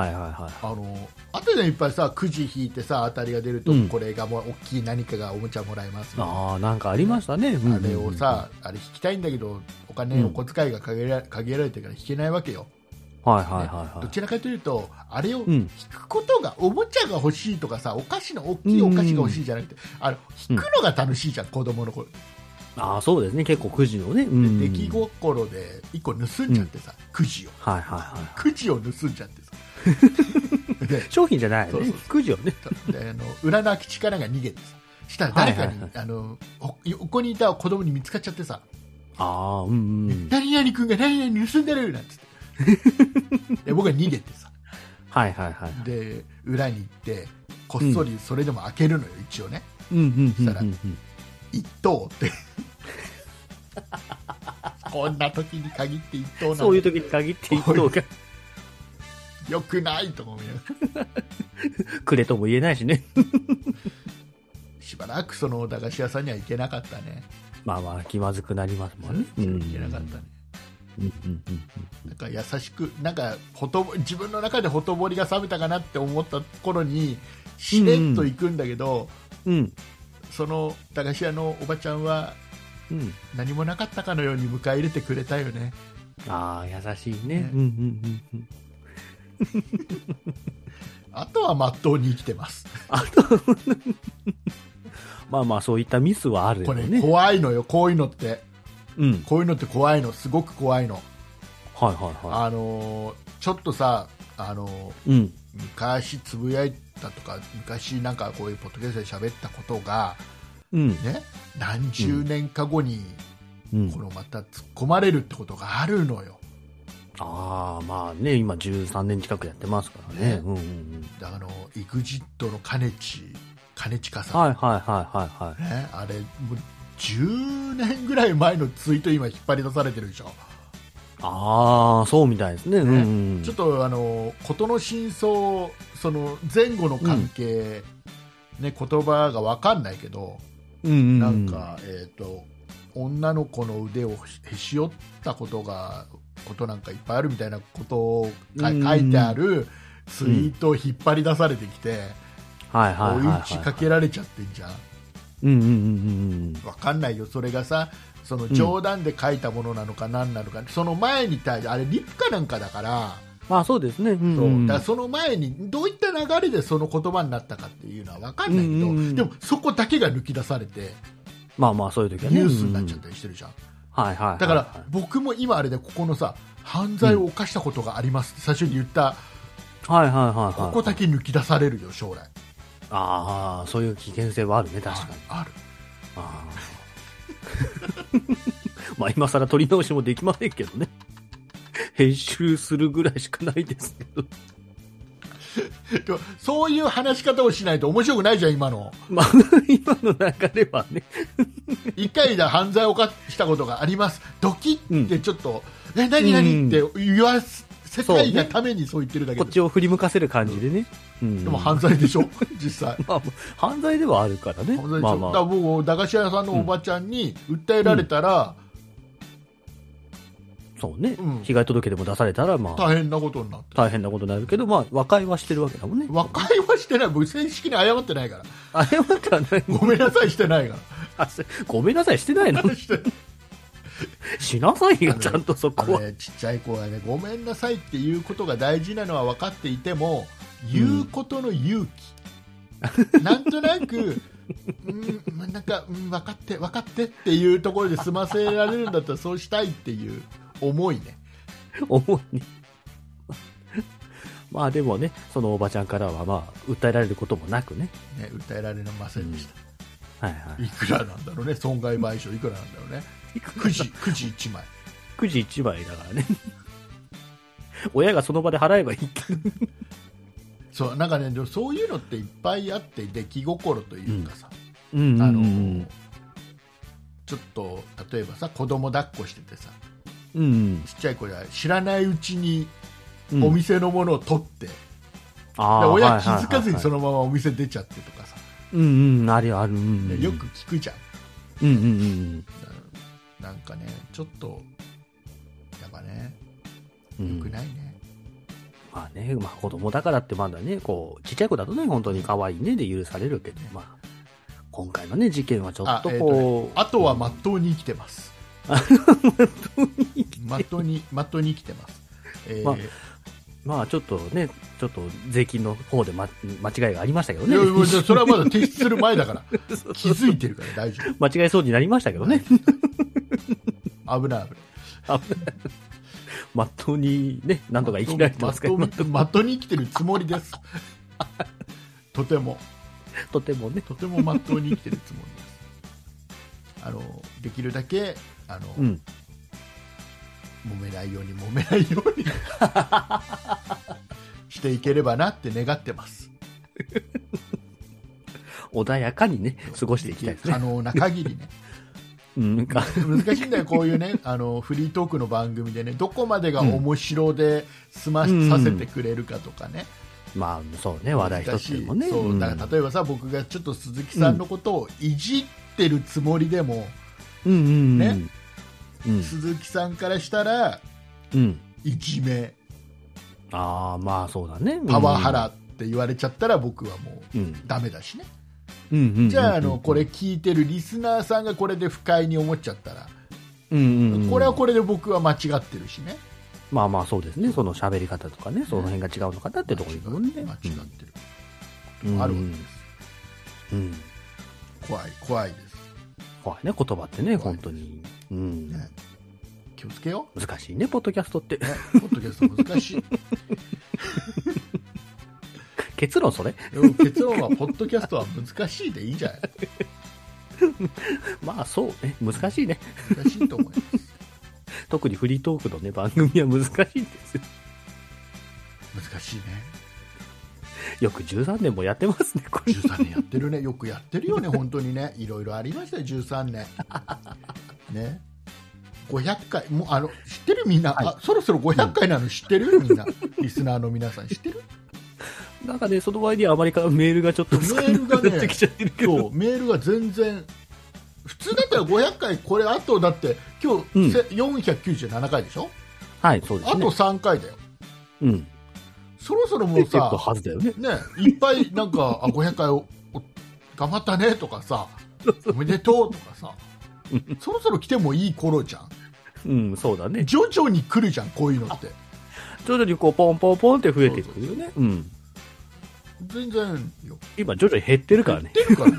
Speaker 3: はいはいはい。
Speaker 2: ない、あの後でいっぱいさくじ引いてさ当たりが出ると、
Speaker 3: うん
Speaker 2: これがもう大きい何かがおもちゃもらえます
Speaker 3: ああ、なんかありましたね。うん
Speaker 2: あれを、さ、あれ引きたいんだけどお金お小遣いが限ら限られてから引けないわけよ、
Speaker 3: はいはいはいは
Speaker 2: ど
Speaker 3: い。
Speaker 2: ちらかというとあれを
Speaker 3: うん
Speaker 2: 引くことが、おもちゃが欲しいとかさお菓子の大きいお菓子が欲しいじゃなくて、あの引くのが楽しいじゃん、子供の頃
Speaker 3: ああ、そうですね。結構くじのね。
Speaker 2: で
Speaker 3: うん。
Speaker 2: 出来心で1個盗んじゃってさ、くじを
Speaker 3: はいはいは
Speaker 2: くじを盗んじゃってさ で
Speaker 3: い。商品じゃないよ
Speaker 2: そう
Speaker 3: ね
Speaker 2: そうそ。う
Speaker 3: くじをね。
Speaker 2: であの裏の空き地からが逃げてさしたら誰か
Speaker 3: はい
Speaker 2: に、
Speaker 3: はい
Speaker 2: あのほ横にいた子供に見つかっちゃってさ
Speaker 3: ああ、う んうん。
Speaker 2: 何々君が何々盗んでるなんつ ってで僕は逃げてさ
Speaker 3: はいはいはい。
Speaker 2: で裏に行ってこっそりそれでも開けるのよ、一応ね
Speaker 3: うんうんう
Speaker 2: し
Speaker 3: ん
Speaker 2: たら
Speaker 3: うんうん。
Speaker 2: 一等 ってこんな時に限って一等な
Speaker 3: そ
Speaker 2: ん
Speaker 3: ういう
Speaker 2: て
Speaker 3: 時に限って一 等が
Speaker 2: よくないと思うよ
Speaker 3: くれとも言えないしね。
Speaker 2: しばらくその駄菓子屋さんには行けなかったね
Speaker 3: まあまあ、気まずくなりますもんね。
Speaker 2: 行けなかったね
Speaker 3: うんうんうん
Speaker 2: なんか優しくなんかほとぼ自分の中でほとぼりが冷めたかなって思った頃にしれっと行くんだけど、
Speaker 3: うん。うん。
Speaker 2: その駄菓子屋のおばちゃんは
Speaker 3: うん。
Speaker 2: 何もなかったかのように迎え入れてくれたよね
Speaker 3: ああ、優しいね
Speaker 2: ね。
Speaker 3: うんうんうんうん。
Speaker 2: あとはまっとうに生きてます
Speaker 3: まあまあ、そういったミスはある
Speaker 2: こ
Speaker 3: よ
Speaker 2: れ
Speaker 3: ね。
Speaker 2: 怖いのよこういうのって
Speaker 3: うん。はい
Speaker 2: こういうのって怖いのすごく怖いの
Speaker 3: はいは
Speaker 2: あのーちょっとさあのー
Speaker 3: い。うん。
Speaker 2: 昔つぶやいたとか昔なんかこういうポッドキャストで喋ったことが
Speaker 3: うん。
Speaker 2: ね何十年か後に、
Speaker 3: うん
Speaker 2: こ。のまた突っ込まれるってことがあるのよ
Speaker 3: ああ、まあね、今13年近くやってますからね。
Speaker 2: ね
Speaker 3: うんうんうん。
Speaker 2: だからあの EXIT の兼近兼近さん、
Speaker 3: はいはいはいはいはい。
Speaker 2: ね、あれもう10年ぐらい前のツイート今引っ張り出されてるでしょ、
Speaker 3: ああ、そうみたいですね。うんうんうん。
Speaker 2: ちょっとあの事の真相その前後の関係、ね、言葉が分かんないけど
Speaker 3: うんうんうん
Speaker 2: なん。か、えー、と女の子の腕をへし折ったことがことなんかいっぱいあるみたいなことをか
Speaker 3: うん
Speaker 2: 書いてあるツイートを引っ張り出されてきて、
Speaker 3: はいはいはいはい。
Speaker 2: 追い打ちかけられちゃってんじゃん
Speaker 3: うんうんうん
Speaker 2: わかんないよそれがさその冗談で書いたものなのか何なのか、その前に対してあれリプかなんかだから,、
Speaker 3: うん。あそうですね。うん。
Speaker 2: そううんだからその前にどういった流れでその言葉になったかっていうのはわかんないけど、
Speaker 3: うんうんうん
Speaker 2: でもそこだけが抜き出されて
Speaker 3: まあまあ、そういう時は
Speaker 2: ニ
Speaker 3: ね。
Speaker 2: ュースになっちゃっ
Speaker 3: うん
Speaker 2: たりしてるじゃん、
Speaker 3: うんはいはいはいはい。
Speaker 2: だから僕も今あれでここのさ犯罪を犯したことがありますって最初に言った、
Speaker 3: はいはいはいはい。
Speaker 2: ここだけ抜き出されるよ将来
Speaker 3: ああ、そういう危険性はあるね、確かに。
Speaker 2: あある
Speaker 3: あー まあ、今更取り直しもできませんけどね。編集するぐらいしかないですけど。
Speaker 2: でもそういう話し方をしないと面白くないじゃん今 の
Speaker 3: まあ、今の流れはね。
Speaker 2: 一回だ犯罪を犯したことがあります、ドキッてちょっと、え何
Speaker 3: うん
Speaker 2: 何って言わせ、世
Speaker 3: そうね
Speaker 2: 界がためにそう言ってるだけ
Speaker 3: こっ
Speaker 2: で、
Speaker 3: ちを振り向かせる感じでね。うん
Speaker 2: でも犯罪でしょ、 実際。
Speaker 3: まあ、犯罪ではあるからね。
Speaker 2: 犯罪でしょ
Speaker 3: ま
Speaker 2: だ
Speaker 3: あ
Speaker 2: から
Speaker 3: ま
Speaker 2: 僕、駄菓子屋さんのおばちゃんに訴えられたら、
Speaker 3: あ、そうね、
Speaker 2: うん
Speaker 3: 被害届でも出されたら、まあ、
Speaker 2: 大変なことになって
Speaker 3: 大変なことになるけど、まあ、和解はしてるわけだもんね。
Speaker 2: 和解はしてない僕正式に謝ってないから
Speaker 3: あれはかない
Speaker 2: ごめんなさいしてない か
Speaker 3: あすごめんなさい、してないの
Speaker 2: らして
Speaker 3: しなさいよ、
Speaker 2: あの
Speaker 3: ちゃんとそ
Speaker 2: あ
Speaker 3: こ
Speaker 2: の
Speaker 3: は。
Speaker 2: ね、ちっちゃい子はねごめんなさいっていうことが大事なのは分かっていても言うことの勇気、なんとな く、うん、なんか、うん、分かって分かってっていうところで済ませられるんだったらそうしたいっていう思いね
Speaker 3: 思いに。 まあでもね、そのおばちゃんからは、まあ、訴えられることもなくね。
Speaker 2: ね訴えられませんでした、
Speaker 3: はいはい。
Speaker 2: いくらなんだろうね損害賠償いくらなんだろうねくじくじ1枚
Speaker 3: くじ1枚だからね。 親がその場で払えばいいけど
Speaker 2: そうなんかねでもそういうのっていっぱいあって出来心というかさ、
Speaker 3: うん
Speaker 2: あ
Speaker 3: あ
Speaker 2: の
Speaker 3: の、
Speaker 2: ちょっと例えばさ子供抱っこしててさ
Speaker 3: うん。
Speaker 2: ちっちゃい子が知らないうちに
Speaker 3: うん
Speaker 2: お店のものを取って、で
Speaker 3: あー
Speaker 2: 親気づかずにそ
Speaker 3: は
Speaker 2: のままお店出ちゃってとかさ、
Speaker 3: いはいはいうんうん、あるよある。うんうん
Speaker 2: でよく。聞くじゃん、
Speaker 3: うんうんうん
Speaker 2: ななんかねちょっとやっぱね
Speaker 3: うん。うん
Speaker 2: よくないね、
Speaker 3: まあね、まあ子供だからってまだね、こう、ちっちゃい子だとね、本当に可愛いねで許されるけど、まあ、今回のね、事件はちょっと
Speaker 2: あえー
Speaker 3: こう、
Speaker 2: あとはまっとうに生きてますまっとうにまっとうに生きてますえー
Speaker 3: まあまあちょっとね、ちょっと税金の方で、ま、間違いがありましたけど
Speaker 2: いやいや
Speaker 3: ね。
Speaker 2: それはまだ提出する前だから気づいてるから大丈夫
Speaker 3: 間違いそうになりましたけどね。
Speaker 2: 危ない危ない
Speaker 3: まっとうにね、なんとか生きられてますけど、
Speaker 2: まっとうにまっとうに生きてるつもりです とても
Speaker 3: とてもね。
Speaker 2: とてもまっとうに生きてるつもりですあのできるだけあの、
Speaker 3: うん。
Speaker 2: 揉めないように揉めないよう にしていければなって願ってます
Speaker 3: 穏やかにね、過ごしていきたいです
Speaker 2: 可
Speaker 3: ね。
Speaker 2: 能な限りね
Speaker 3: うん、なんか、
Speaker 2: 難しいんだよこういう ねあのフリートークの番組でねどこまでが面白で済ま
Speaker 3: うん
Speaker 2: させてくれるかとかね、
Speaker 3: まあ、そうね、話題一つでもね。
Speaker 2: そううんだから例えばさ僕がちょっと鈴木さんのことをいじってるつもりでも、
Speaker 3: うんうんうん。
Speaker 2: ね
Speaker 3: うん。
Speaker 2: 鈴木さんからしたら
Speaker 3: うん。
Speaker 2: いじめ
Speaker 3: ああ、まあそうだね。うん
Speaker 2: パワハラ。って言われちゃったら僕はもう
Speaker 3: うん。
Speaker 2: ダメだしね、
Speaker 3: うんうんうん。
Speaker 2: じゃああのこれ、聞いてるリスナーさんがこれで不快に思っちゃったら、
Speaker 3: うんうんうん。
Speaker 2: これはこれで僕は間違ってるしね
Speaker 3: まあまあそうですね。その喋り方とかね、その辺が違うのかなってところにもね。
Speaker 2: 間違ってる、
Speaker 3: うん
Speaker 2: あるわけです
Speaker 3: うん。
Speaker 2: 怖い怖いです、
Speaker 3: 怖いね、言葉ってね、本当に。うん。
Speaker 2: ね、気をつけよ
Speaker 3: 難しいね、ポッドキャストって
Speaker 2: う、。ね、ポッドキャスト難し い
Speaker 3: 結論それ
Speaker 2: でも結論はポッドキャストは難しいでいいんじゃない
Speaker 3: まあそうね、難しいね。
Speaker 2: 難しいと思います
Speaker 3: 特にフリートークのね、番組は難しいんですよ。
Speaker 2: 難しいね
Speaker 3: よく13年もやってますね、これ。
Speaker 2: 13年やってる ねよくやってるよね本当にねいろいろありましたよ13年 ね500回もうあの知ってるみんな、
Speaker 3: はい
Speaker 2: あそろそろ500回なの知ってるみんなリスナーの皆さん知ってる
Speaker 3: なんかね、その前にあまりかメールがちょっと
Speaker 2: メールがね
Speaker 3: 少なくなってきちゃってるけ
Speaker 2: そ
Speaker 3: ど。
Speaker 2: うメールが全然普通だったら500回これあとだって今日、
Speaker 3: うん
Speaker 2: せ497回でしょ
Speaker 3: はい、そうで
Speaker 2: あ
Speaker 3: すね
Speaker 2: と。3回だよ
Speaker 3: うん。
Speaker 2: そろそろも
Speaker 3: 出
Speaker 2: う
Speaker 3: て く
Speaker 2: さ
Speaker 3: はずだよね。
Speaker 2: ねいっぱいなんかあ500回をお頑張ったねとかさおめでとうとかさ
Speaker 3: うん
Speaker 2: そろそろ来てもいい頃じゃん
Speaker 3: うん、そうだね。
Speaker 2: 徐々に来るじゃんこういうのって
Speaker 3: 徐々にこう、ポンポンポンって増えていくよね。うん。
Speaker 2: 全然よ
Speaker 3: 今、徐々に減ってるからね。
Speaker 2: 出るから、ね、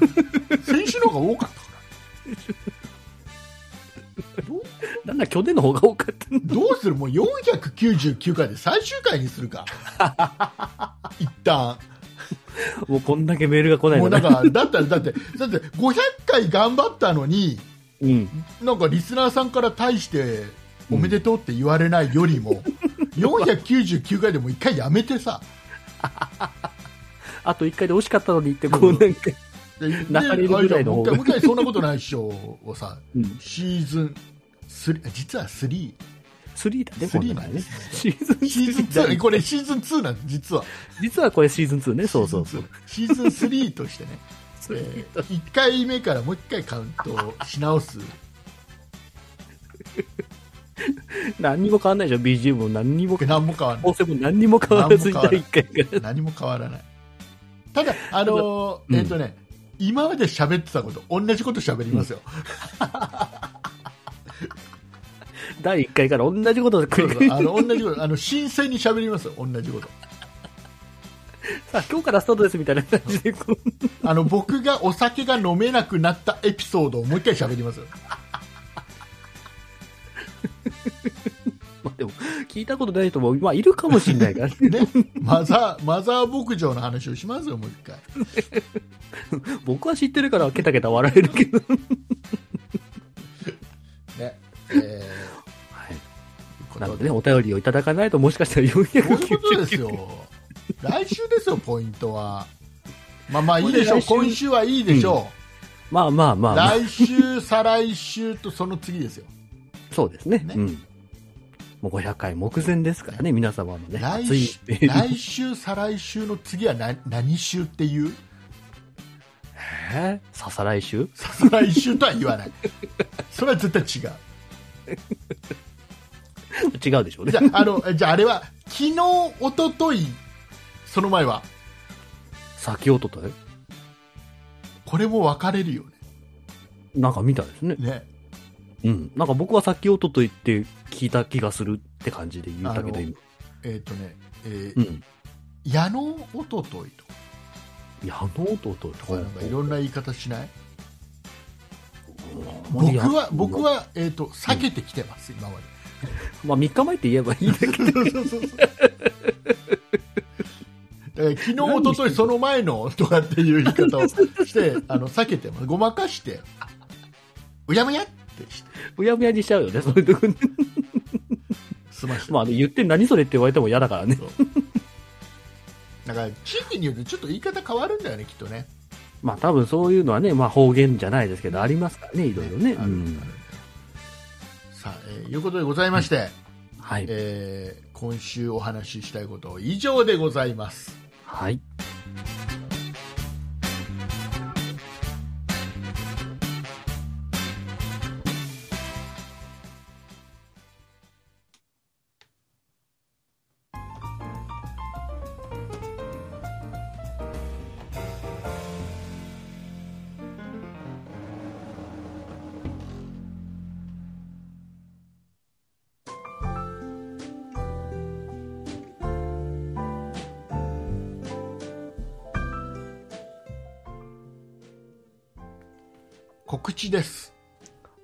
Speaker 2: 先週の方が多かったからどう
Speaker 3: なんだ、去年の方が多かったね
Speaker 2: どうするもう499回で最終回にする か一旦
Speaker 3: もうこんだけメールが来ない
Speaker 2: もう
Speaker 3: の
Speaker 2: なん
Speaker 3: ね。
Speaker 2: かだったらだってだって500回頑張ったのに
Speaker 3: うん。
Speaker 2: なんかリスナーさんから対しておめでとうって言われないより も、499回でも一回やめてさ
Speaker 3: あと一回で惜しかったのにって、こうなんか、
Speaker 2: でで
Speaker 3: 中入りぐらいの
Speaker 2: も
Speaker 3: 方
Speaker 2: う一回
Speaker 3: が
Speaker 2: もう一回そんなことないっしょをさ
Speaker 3: うん。
Speaker 2: シーズン3実は3
Speaker 3: 3だね、
Speaker 2: スリー
Speaker 3: この中
Speaker 2: なんで
Speaker 3: ね。
Speaker 2: す
Speaker 3: シーズン
Speaker 2: シーズン
Speaker 3: 2
Speaker 2: 2これシーズン2なんです実は
Speaker 3: 実はこれシーズン2ね、そうそうそう。
Speaker 2: シーズン3としてね えー1回目からもう1回カウントをし直す
Speaker 3: 何にも変わんないでしょ、BGM も何にも変わ
Speaker 2: 何も変わらない
Speaker 3: 構成も何にも変わらずに第一回から。
Speaker 2: 何も変わらないただあの
Speaker 3: うん
Speaker 2: えっ、とね、今まで喋ってたこと同じこと喋りますよ、
Speaker 3: 第一回から同じことで繰り返し
Speaker 2: あの同じことあの新鮮に喋りますよ同じこと
Speaker 3: さあ今日からスタートですみたいな感じで、こう
Speaker 2: あの僕がお酒が飲めなくなったエピソードをもう一回喋りますよ
Speaker 3: まあでも、聞いたことない人も、まあいるかもしれない からね。
Speaker 2: ねマザーマザー牧場の話をしますよもう一回
Speaker 3: 僕は知ってるから、ケタケタ笑えるけど。
Speaker 2: ねえ
Speaker 3: はい。
Speaker 2: ーこ
Speaker 3: なの
Speaker 2: と
Speaker 3: で
Speaker 2: で
Speaker 3: ね、お便りをいただかないと、もしかしたら490
Speaker 2: こういうことですよ来週ですよポイントはまあまあいいでしょう
Speaker 3: これ来週
Speaker 2: 今週はいいでしょ
Speaker 3: まあまあま
Speaker 2: う、
Speaker 3: あ、まあ、
Speaker 2: 来週再来週とその次ですよ
Speaker 3: そうですね。
Speaker 2: ね
Speaker 3: うん。もう500回目前ですからね、皆様のね、
Speaker 2: 来
Speaker 3: 熱い
Speaker 2: 週来週再来週の次は何何週っていう
Speaker 3: えーささ来 週
Speaker 2: 再来週とは言わないそれは絶対違う
Speaker 3: 違うでしょうね
Speaker 2: じゃ。ああのえじゃああれは昨日一昨日その前は
Speaker 3: 先おととね
Speaker 2: これも分かれるよ
Speaker 3: なんか見たですね。
Speaker 2: ねね
Speaker 3: うん。なんか僕は先おとと言って聞いた気がするって感じで言ったけど、
Speaker 2: あの
Speaker 3: 今。
Speaker 2: えっ、とね、えー
Speaker 3: うん。
Speaker 2: 矢野おとといと
Speaker 3: 矢野おととと
Speaker 2: かなんかいろんな言い方しない
Speaker 3: あんまり
Speaker 2: 僕
Speaker 3: や
Speaker 2: は僕は、えー、と避けてきてます、今まで
Speaker 3: まあ3日前って言えばいいんだけど。
Speaker 2: そうそ うそうだから昨日、一昨日その前のとかっていう言い方をしてあの避けてますごまかしてうやむやってして
Speaker 3: うやむやにしちゃうよね、そういうとこね。
Speaker 2: 済まして
Speaker 3: まあ、言って何それって言われても嫌だからね。
Speaker 2: そうだから地域によってちょっと言い方変わるんだよねきっとね
Speaker 3: まあ多分そういうのはね、まあ方言じゃないですけど、ありますからね、いろいろね。
Speaker 2: ある
Speaker 3: う
Speaker 2: あるん
Speaker 3: ん
Speaker 2: だよさあ、えーいうことでございまして、
Speaker 3: はい。
Speaker 2: えー今週お話ししたいこと以上でございます
Speaker 3: はい。
Speaker 2: 告知です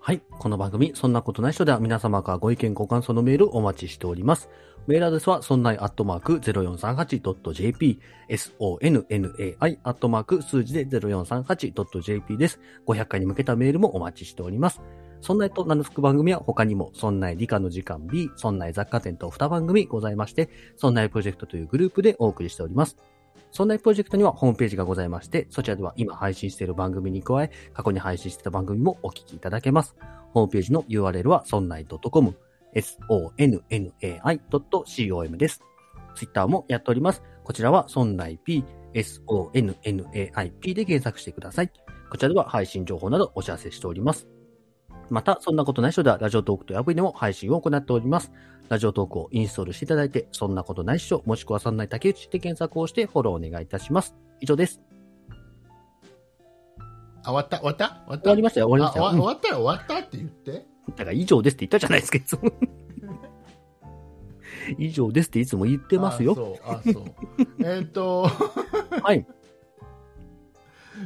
Speaker 3: はい。この番組、そんなことない人では皆様からご意見、ご感想のメールお待ちしております。メールアドレスは、そんないアットマーク 0438.jp、sonnai アットマーク数字で 0438.jp です。500回に向けたメールもお待ちしております。そんないと名の付く番組は他にも、そんない理科の時間 B、そんない雑貨店と2番組ございまして、そんないプロジェクトというグループでお送りしております。そんないプロジェクトにはホームページがございまして、そちらでは今配信している番組に加え、過去に配信していた番組もお聞きいただけます。ホームページの URL は sonnai.com、sonnai.com です。ツイッターもやっております。こちらは sonnaip、sonnaip で検索してください。こちらでは配信情報などお知らせしております。また、そんなことない人では、ラジオトークというアプリでも配信を行っております。ラジオトークをインストールしていただいて、そんなことないっしょ、もしくはそんない竹内で検索をしてフォローお願いいたします。以上です。
Speaker 2: あ終わった終わった終わった
Speaker 3: 終わりましたよ、終わりま
Speaker 2: あ
Speaker 3: した
Speaker 2: 終
Speaker 3: よ。
Speaker 2: わ終わったら終わったって言って
Speaker 3: だから以上ですって言ったじゃないですか、いつも。以上ですっていつも言ってますよ。
Speaker 2: あそうあそう えっと
Speaker 3: はい。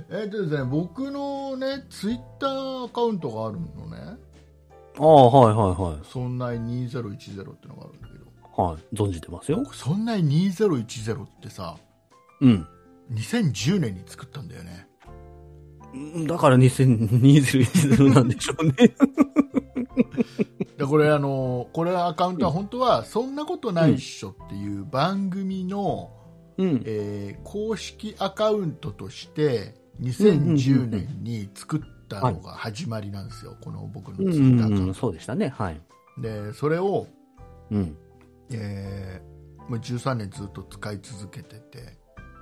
Speaker 2: えっとですね僕のねツイッターアカウントがあるのね
Speaker 3: ああ、はいはい
Speaker 2: 「そんない2010」ってのがあるんだけど
Speaker 3: はい。はい。存じてますよ。
Speaker 2: 僕「そんない2010」ってさ
Speaker 3: うん。
Speaker 2: 2010年に作ったんだよね
Speaker 3: うんだから2021なんでしょうね。
Speaker 2: でこれあのこれアカウントは本当は「そんなことないっしょ」っていう番組の、
Speaker 3: うん。
Speaker 2: えー公式アカウントとして2010年に作ったのが始まりなんですよ、この僕のツイ
Speaker 3: う
Speaker 2: ッターアカウン
Speaker 3: ん、
Speaker 2: ト
Speaker 3: うん、そうでしたね。はい。
Speaker 2: でそれを、
Speaker 3: うん。
Speaker 2: えーもう13年ずっと使い続けてて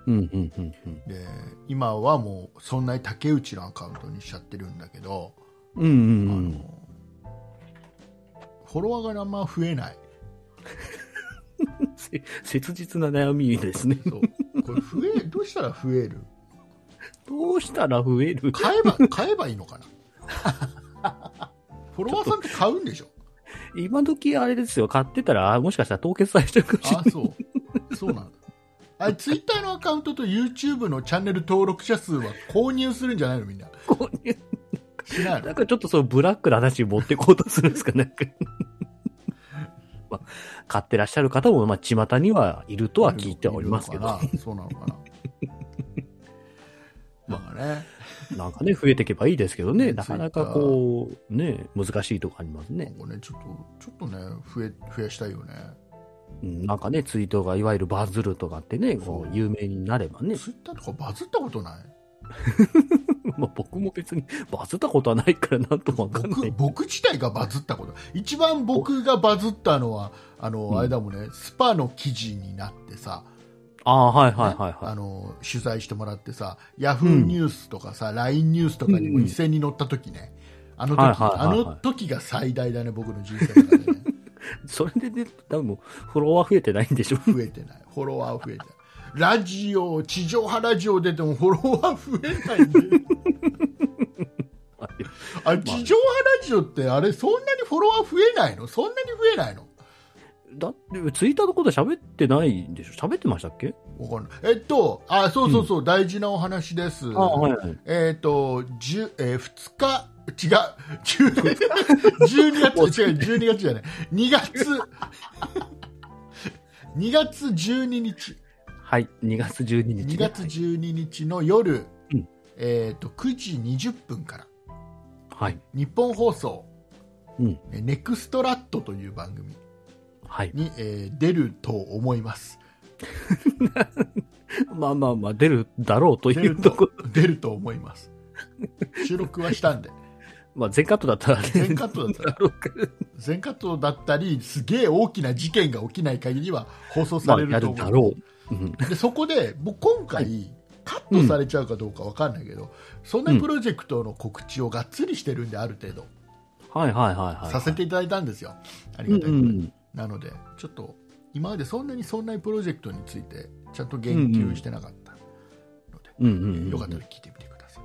Speaker 3: うん、うん、うん、うん。
Speaker 2: で今はもうそんなに竹内のアカウントにしちゃってるんだけど、
Speaker 3: うん、うん、う
Speaker 2: あ
Speaker 3: ん。
Speaker 2: のフォロワーがあんま増えない。
Speaker 3: せ切実な悩みですね。
Speaker 2: そう。これ増え、どうしたら増える
Speaker 3: どうしたら増える
Speaker 2: 買えば、 買えばいいのかな フォロワーさんって買うんでしょ
Speaker 3: 今時あれですよ、買ってたら、あもしかしたら凍結されちゃうかもしれ
Speaker 2: あ、そう。そうなんだ。あれ、ツイッターのアカウントと YouTube のチャンネル登録者数は購入するんじゃないのみんな。
Speaker 3: ない。
Speaker 2: しない
Speaker 3: な
Speaker 2: の
Speaker 3: んかちょっとそのブラックな話に持ってこうとするんですか、なんか。 まあ買ってらっしゃる方も、まあ、巷にはいるとは聞いておりますけど、
Speaker 2: いるのかなそうなの かな。まあね。
Speaker 3: なんかね、増えていけばいいですけどね、
Speaker 2: ね
Speaker 3: なかなかこう、ね、難しいとこあります
Speaker 2: なん
Speaker 3: ね。
Speaker 2: かね、ちょっと、ちょっとね、増え、増やしたいよね。
Speaker 3: うんなんかね、ツイートがいわゆるバズるとかってね、こ
Speaker 2: そう
Speaker 3: う、有名になればね、
Speaker 2: ツイッターとかバズったことない
Speaker 3: まあ僕も別にバズったことはないからなんともわかんな
Speaker 2: 僕
Speaker 3: い。
Speaker 2: 僕自体がバズったこと一番僕がバズったのはあの、
Speaker 3: うん
Speaker 2: あれだもんねスパの記事になってさ、
Speaker 3: ああ、はいはいはい
Speaker 2: あ
Speaker 3: は
Speaker 2: の取材してもらってさヤフーニュースとかさ、LINE ニュースとかにも一斉に載った時ね、あの時、
Speaker 3: はいはいはいはい
Speaker 2: あの時が最大だね僕の人生の中でね
Speaker 3: い。それでね、多分もうフォロワー増えてないんでしょ。
Speaker 2: 増えてないフォロワー増えてないラジオ地上波ラジオ出てもフォロワー増えないん であれ地上波ラジオってあれそんなにフォロワー増えないのそんなに増えないの
Speaker 3: だって、 ツイッターのこと喋ってないんでしょ喋ってましたっけ
Speaker 2: わかんない。えっと、あ、そうそうそう、大事なお話です。
Speaker 3: ああ、はいはい。
Speaker 2: えっと、十、えー、二日、違う、十、12月、違う、12月じゃない。2月、2月12日、
Speaker 3: はい、2月12日、ね。
Speaker 2: 2月12日の夜、
Speaker 3: うん
Speaker 2: えっと、9時20分から、
Speaker 3: はい。
Speaker 2: 日本放送、
Speaker 3: うん。
Speaker 2: えーネクストラットという番組
Speaker 3: はい。
Speaker 2: に、えー出ると思います。
Speaker 3: まあまあまあ、出るだろうと
Speaker 2: 出
Speaker 3: い
Speaker 2: る、
Speaker 3: うとこと
Speaker 2: 出ると思います。収録はしたんで。
Speaker 3: まあ、全カットだったらね。
Speaker 2: 全カットだったら
Speaker 3: だろうけど
Speaker 2: 全カットだったりすげえ大きな事件が起きない限りは放送
Speaker 3: ま
Speaker 2: さ
Speaker 3: あ、
Speaker 2: れ
Speaker 3: や
Speaker 2: ると
Speaker 3: る
Speaker 2: 思う,、
Speaker 3: だろう。うん。
Speaker 2: でそこで僕今回、カットされちゃうかどうかわかんないけど、そんなプロジェクトの告知をがっつりしてるんである程度、
Speaker 3: はいはいはいはい。
Speaker 2: させていただいたんですよあり
Speaker 3: う
Speaker 2: が
Speaker 3: ん
Speaker 2: た
Speaker 3: う
Speaker 2: いことに、
Speaker 3: ん。
Speaker 2: なのでちょっと今までそんなにそんなプロジェクトについてちゃんと言及してなかった
Speaker 3: うんうん
Speaker 2: ので、
Speaker 3: うん。
Speaker 2: よかったら聞いてみてください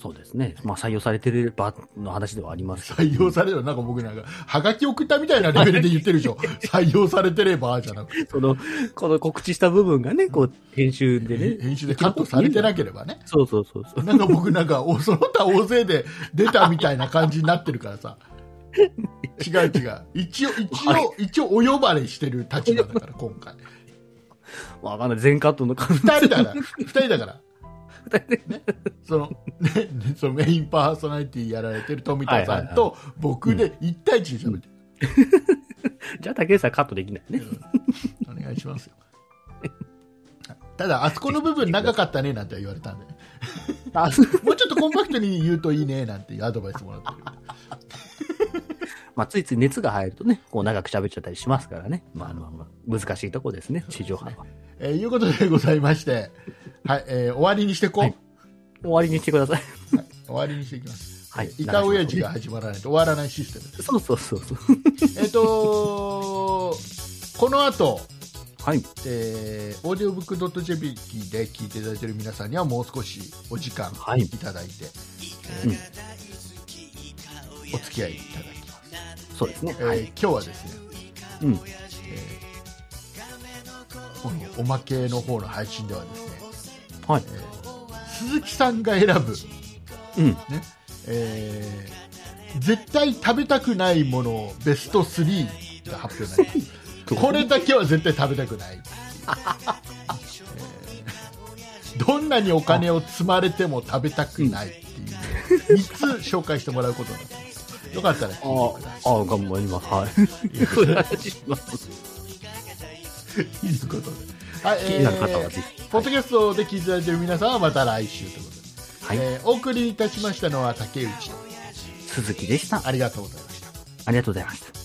Speaker 3: そうですね。まあ、採用されてればの話ではありますけど。
Speaker 2: 採用されればなんか僕なんかはがき送ったみたいなレベルで言ってるでしょ採用されてればじゃなくて
Speaker 3: その、 この告知した部分がね、こう、編集でね。
Speaker 2: 編集でカットされてなければね
Speaker 3: そうそうそうそう。
Speaker 2: なんか僕なんか、おその他大勢で出たみたいな感じになってるからさ。違う違う。一応、一応、一応お呼ばれしてる立場 だから、今回。
Speaker 3: わかんない。全カットの可能性
Speaker 2: 二人だから、二人だから。ね、その、ね、ねそのメインパーソナリティやられてる富田さんと僕で一対一で喋って、
Speaker 3: じゃあ、竹内さんカットできないね。
Speaker 2: お願いしますよ。ただ、あそこの部分長かったねなんて言われたんで、
Speaker 3: あ、そう
Speaker 2: もうちょっとコンパクトに言うといいねなんていうアドバイスもらってる。
Speaker 3: まあ、ついつい熱が入るとね、こう長く喋っちゃったりしますからね。まあまあまあ、難しいとこですね、地上波は。
Speaker 2: えーいうことでございまして、はい、えー終わりにしてこう、
Speaker 3: はい終わりにしてください。
Speaker 2: 終わりにしていきます。
Speaker 3: はい
Speaker 2: えーイカ親父が始まらないと終わらないシ ステムです。
Speaker 3: そうそうそうそう。
Speaker 2: えっ、とこの後、
Speaker 3: はい。
Speaker 2: えー、オーディオブックドット JP で聞いていただいている皆さんにはもう少しお時間
Speaker 3: はい
Speaker 2: いただいて、
Speaker 3: うん
Speaker 2: お付き合いいただきます。
Speaker 3: そうですね。
Speaker 2: えー
Speaker 3: はい。
Speaker 2: 今日はですね、
Speaker 3: うん。
Speaker 2: えーこのおまけの方の配信ではですね、
Speaker 3: はい。
Speaker 2: えー鈴木さんが選ぶ
Speaker 3: うん。
Speaker 2: ねえー絶対食べたくないものベスト3が発表になり ますこれだけは絶対食べたくない、えーどんなにお金を積まれても食べたくないっていう3つ紹介してもらうことになってますよかったら
Speaker 3: あ
Speaker 2: 聞いてくだ
Speaker 3: あ、ああ、頑張ります。はい。こういう話します。
Speaker 2: さいということで、はい
Speaker 3: 気になる方はぜ
Speaker 2: えーポッドキャストで聞いていただいている皆さんはまた来週ということで、
Speaker 3: はい。
Speaker 2: えーお送りいたしましたのは竹内と
Speaker 3: 鈴木でした。
Speaker 2: ありがとうございました
Speaker 3: ありがとうございました。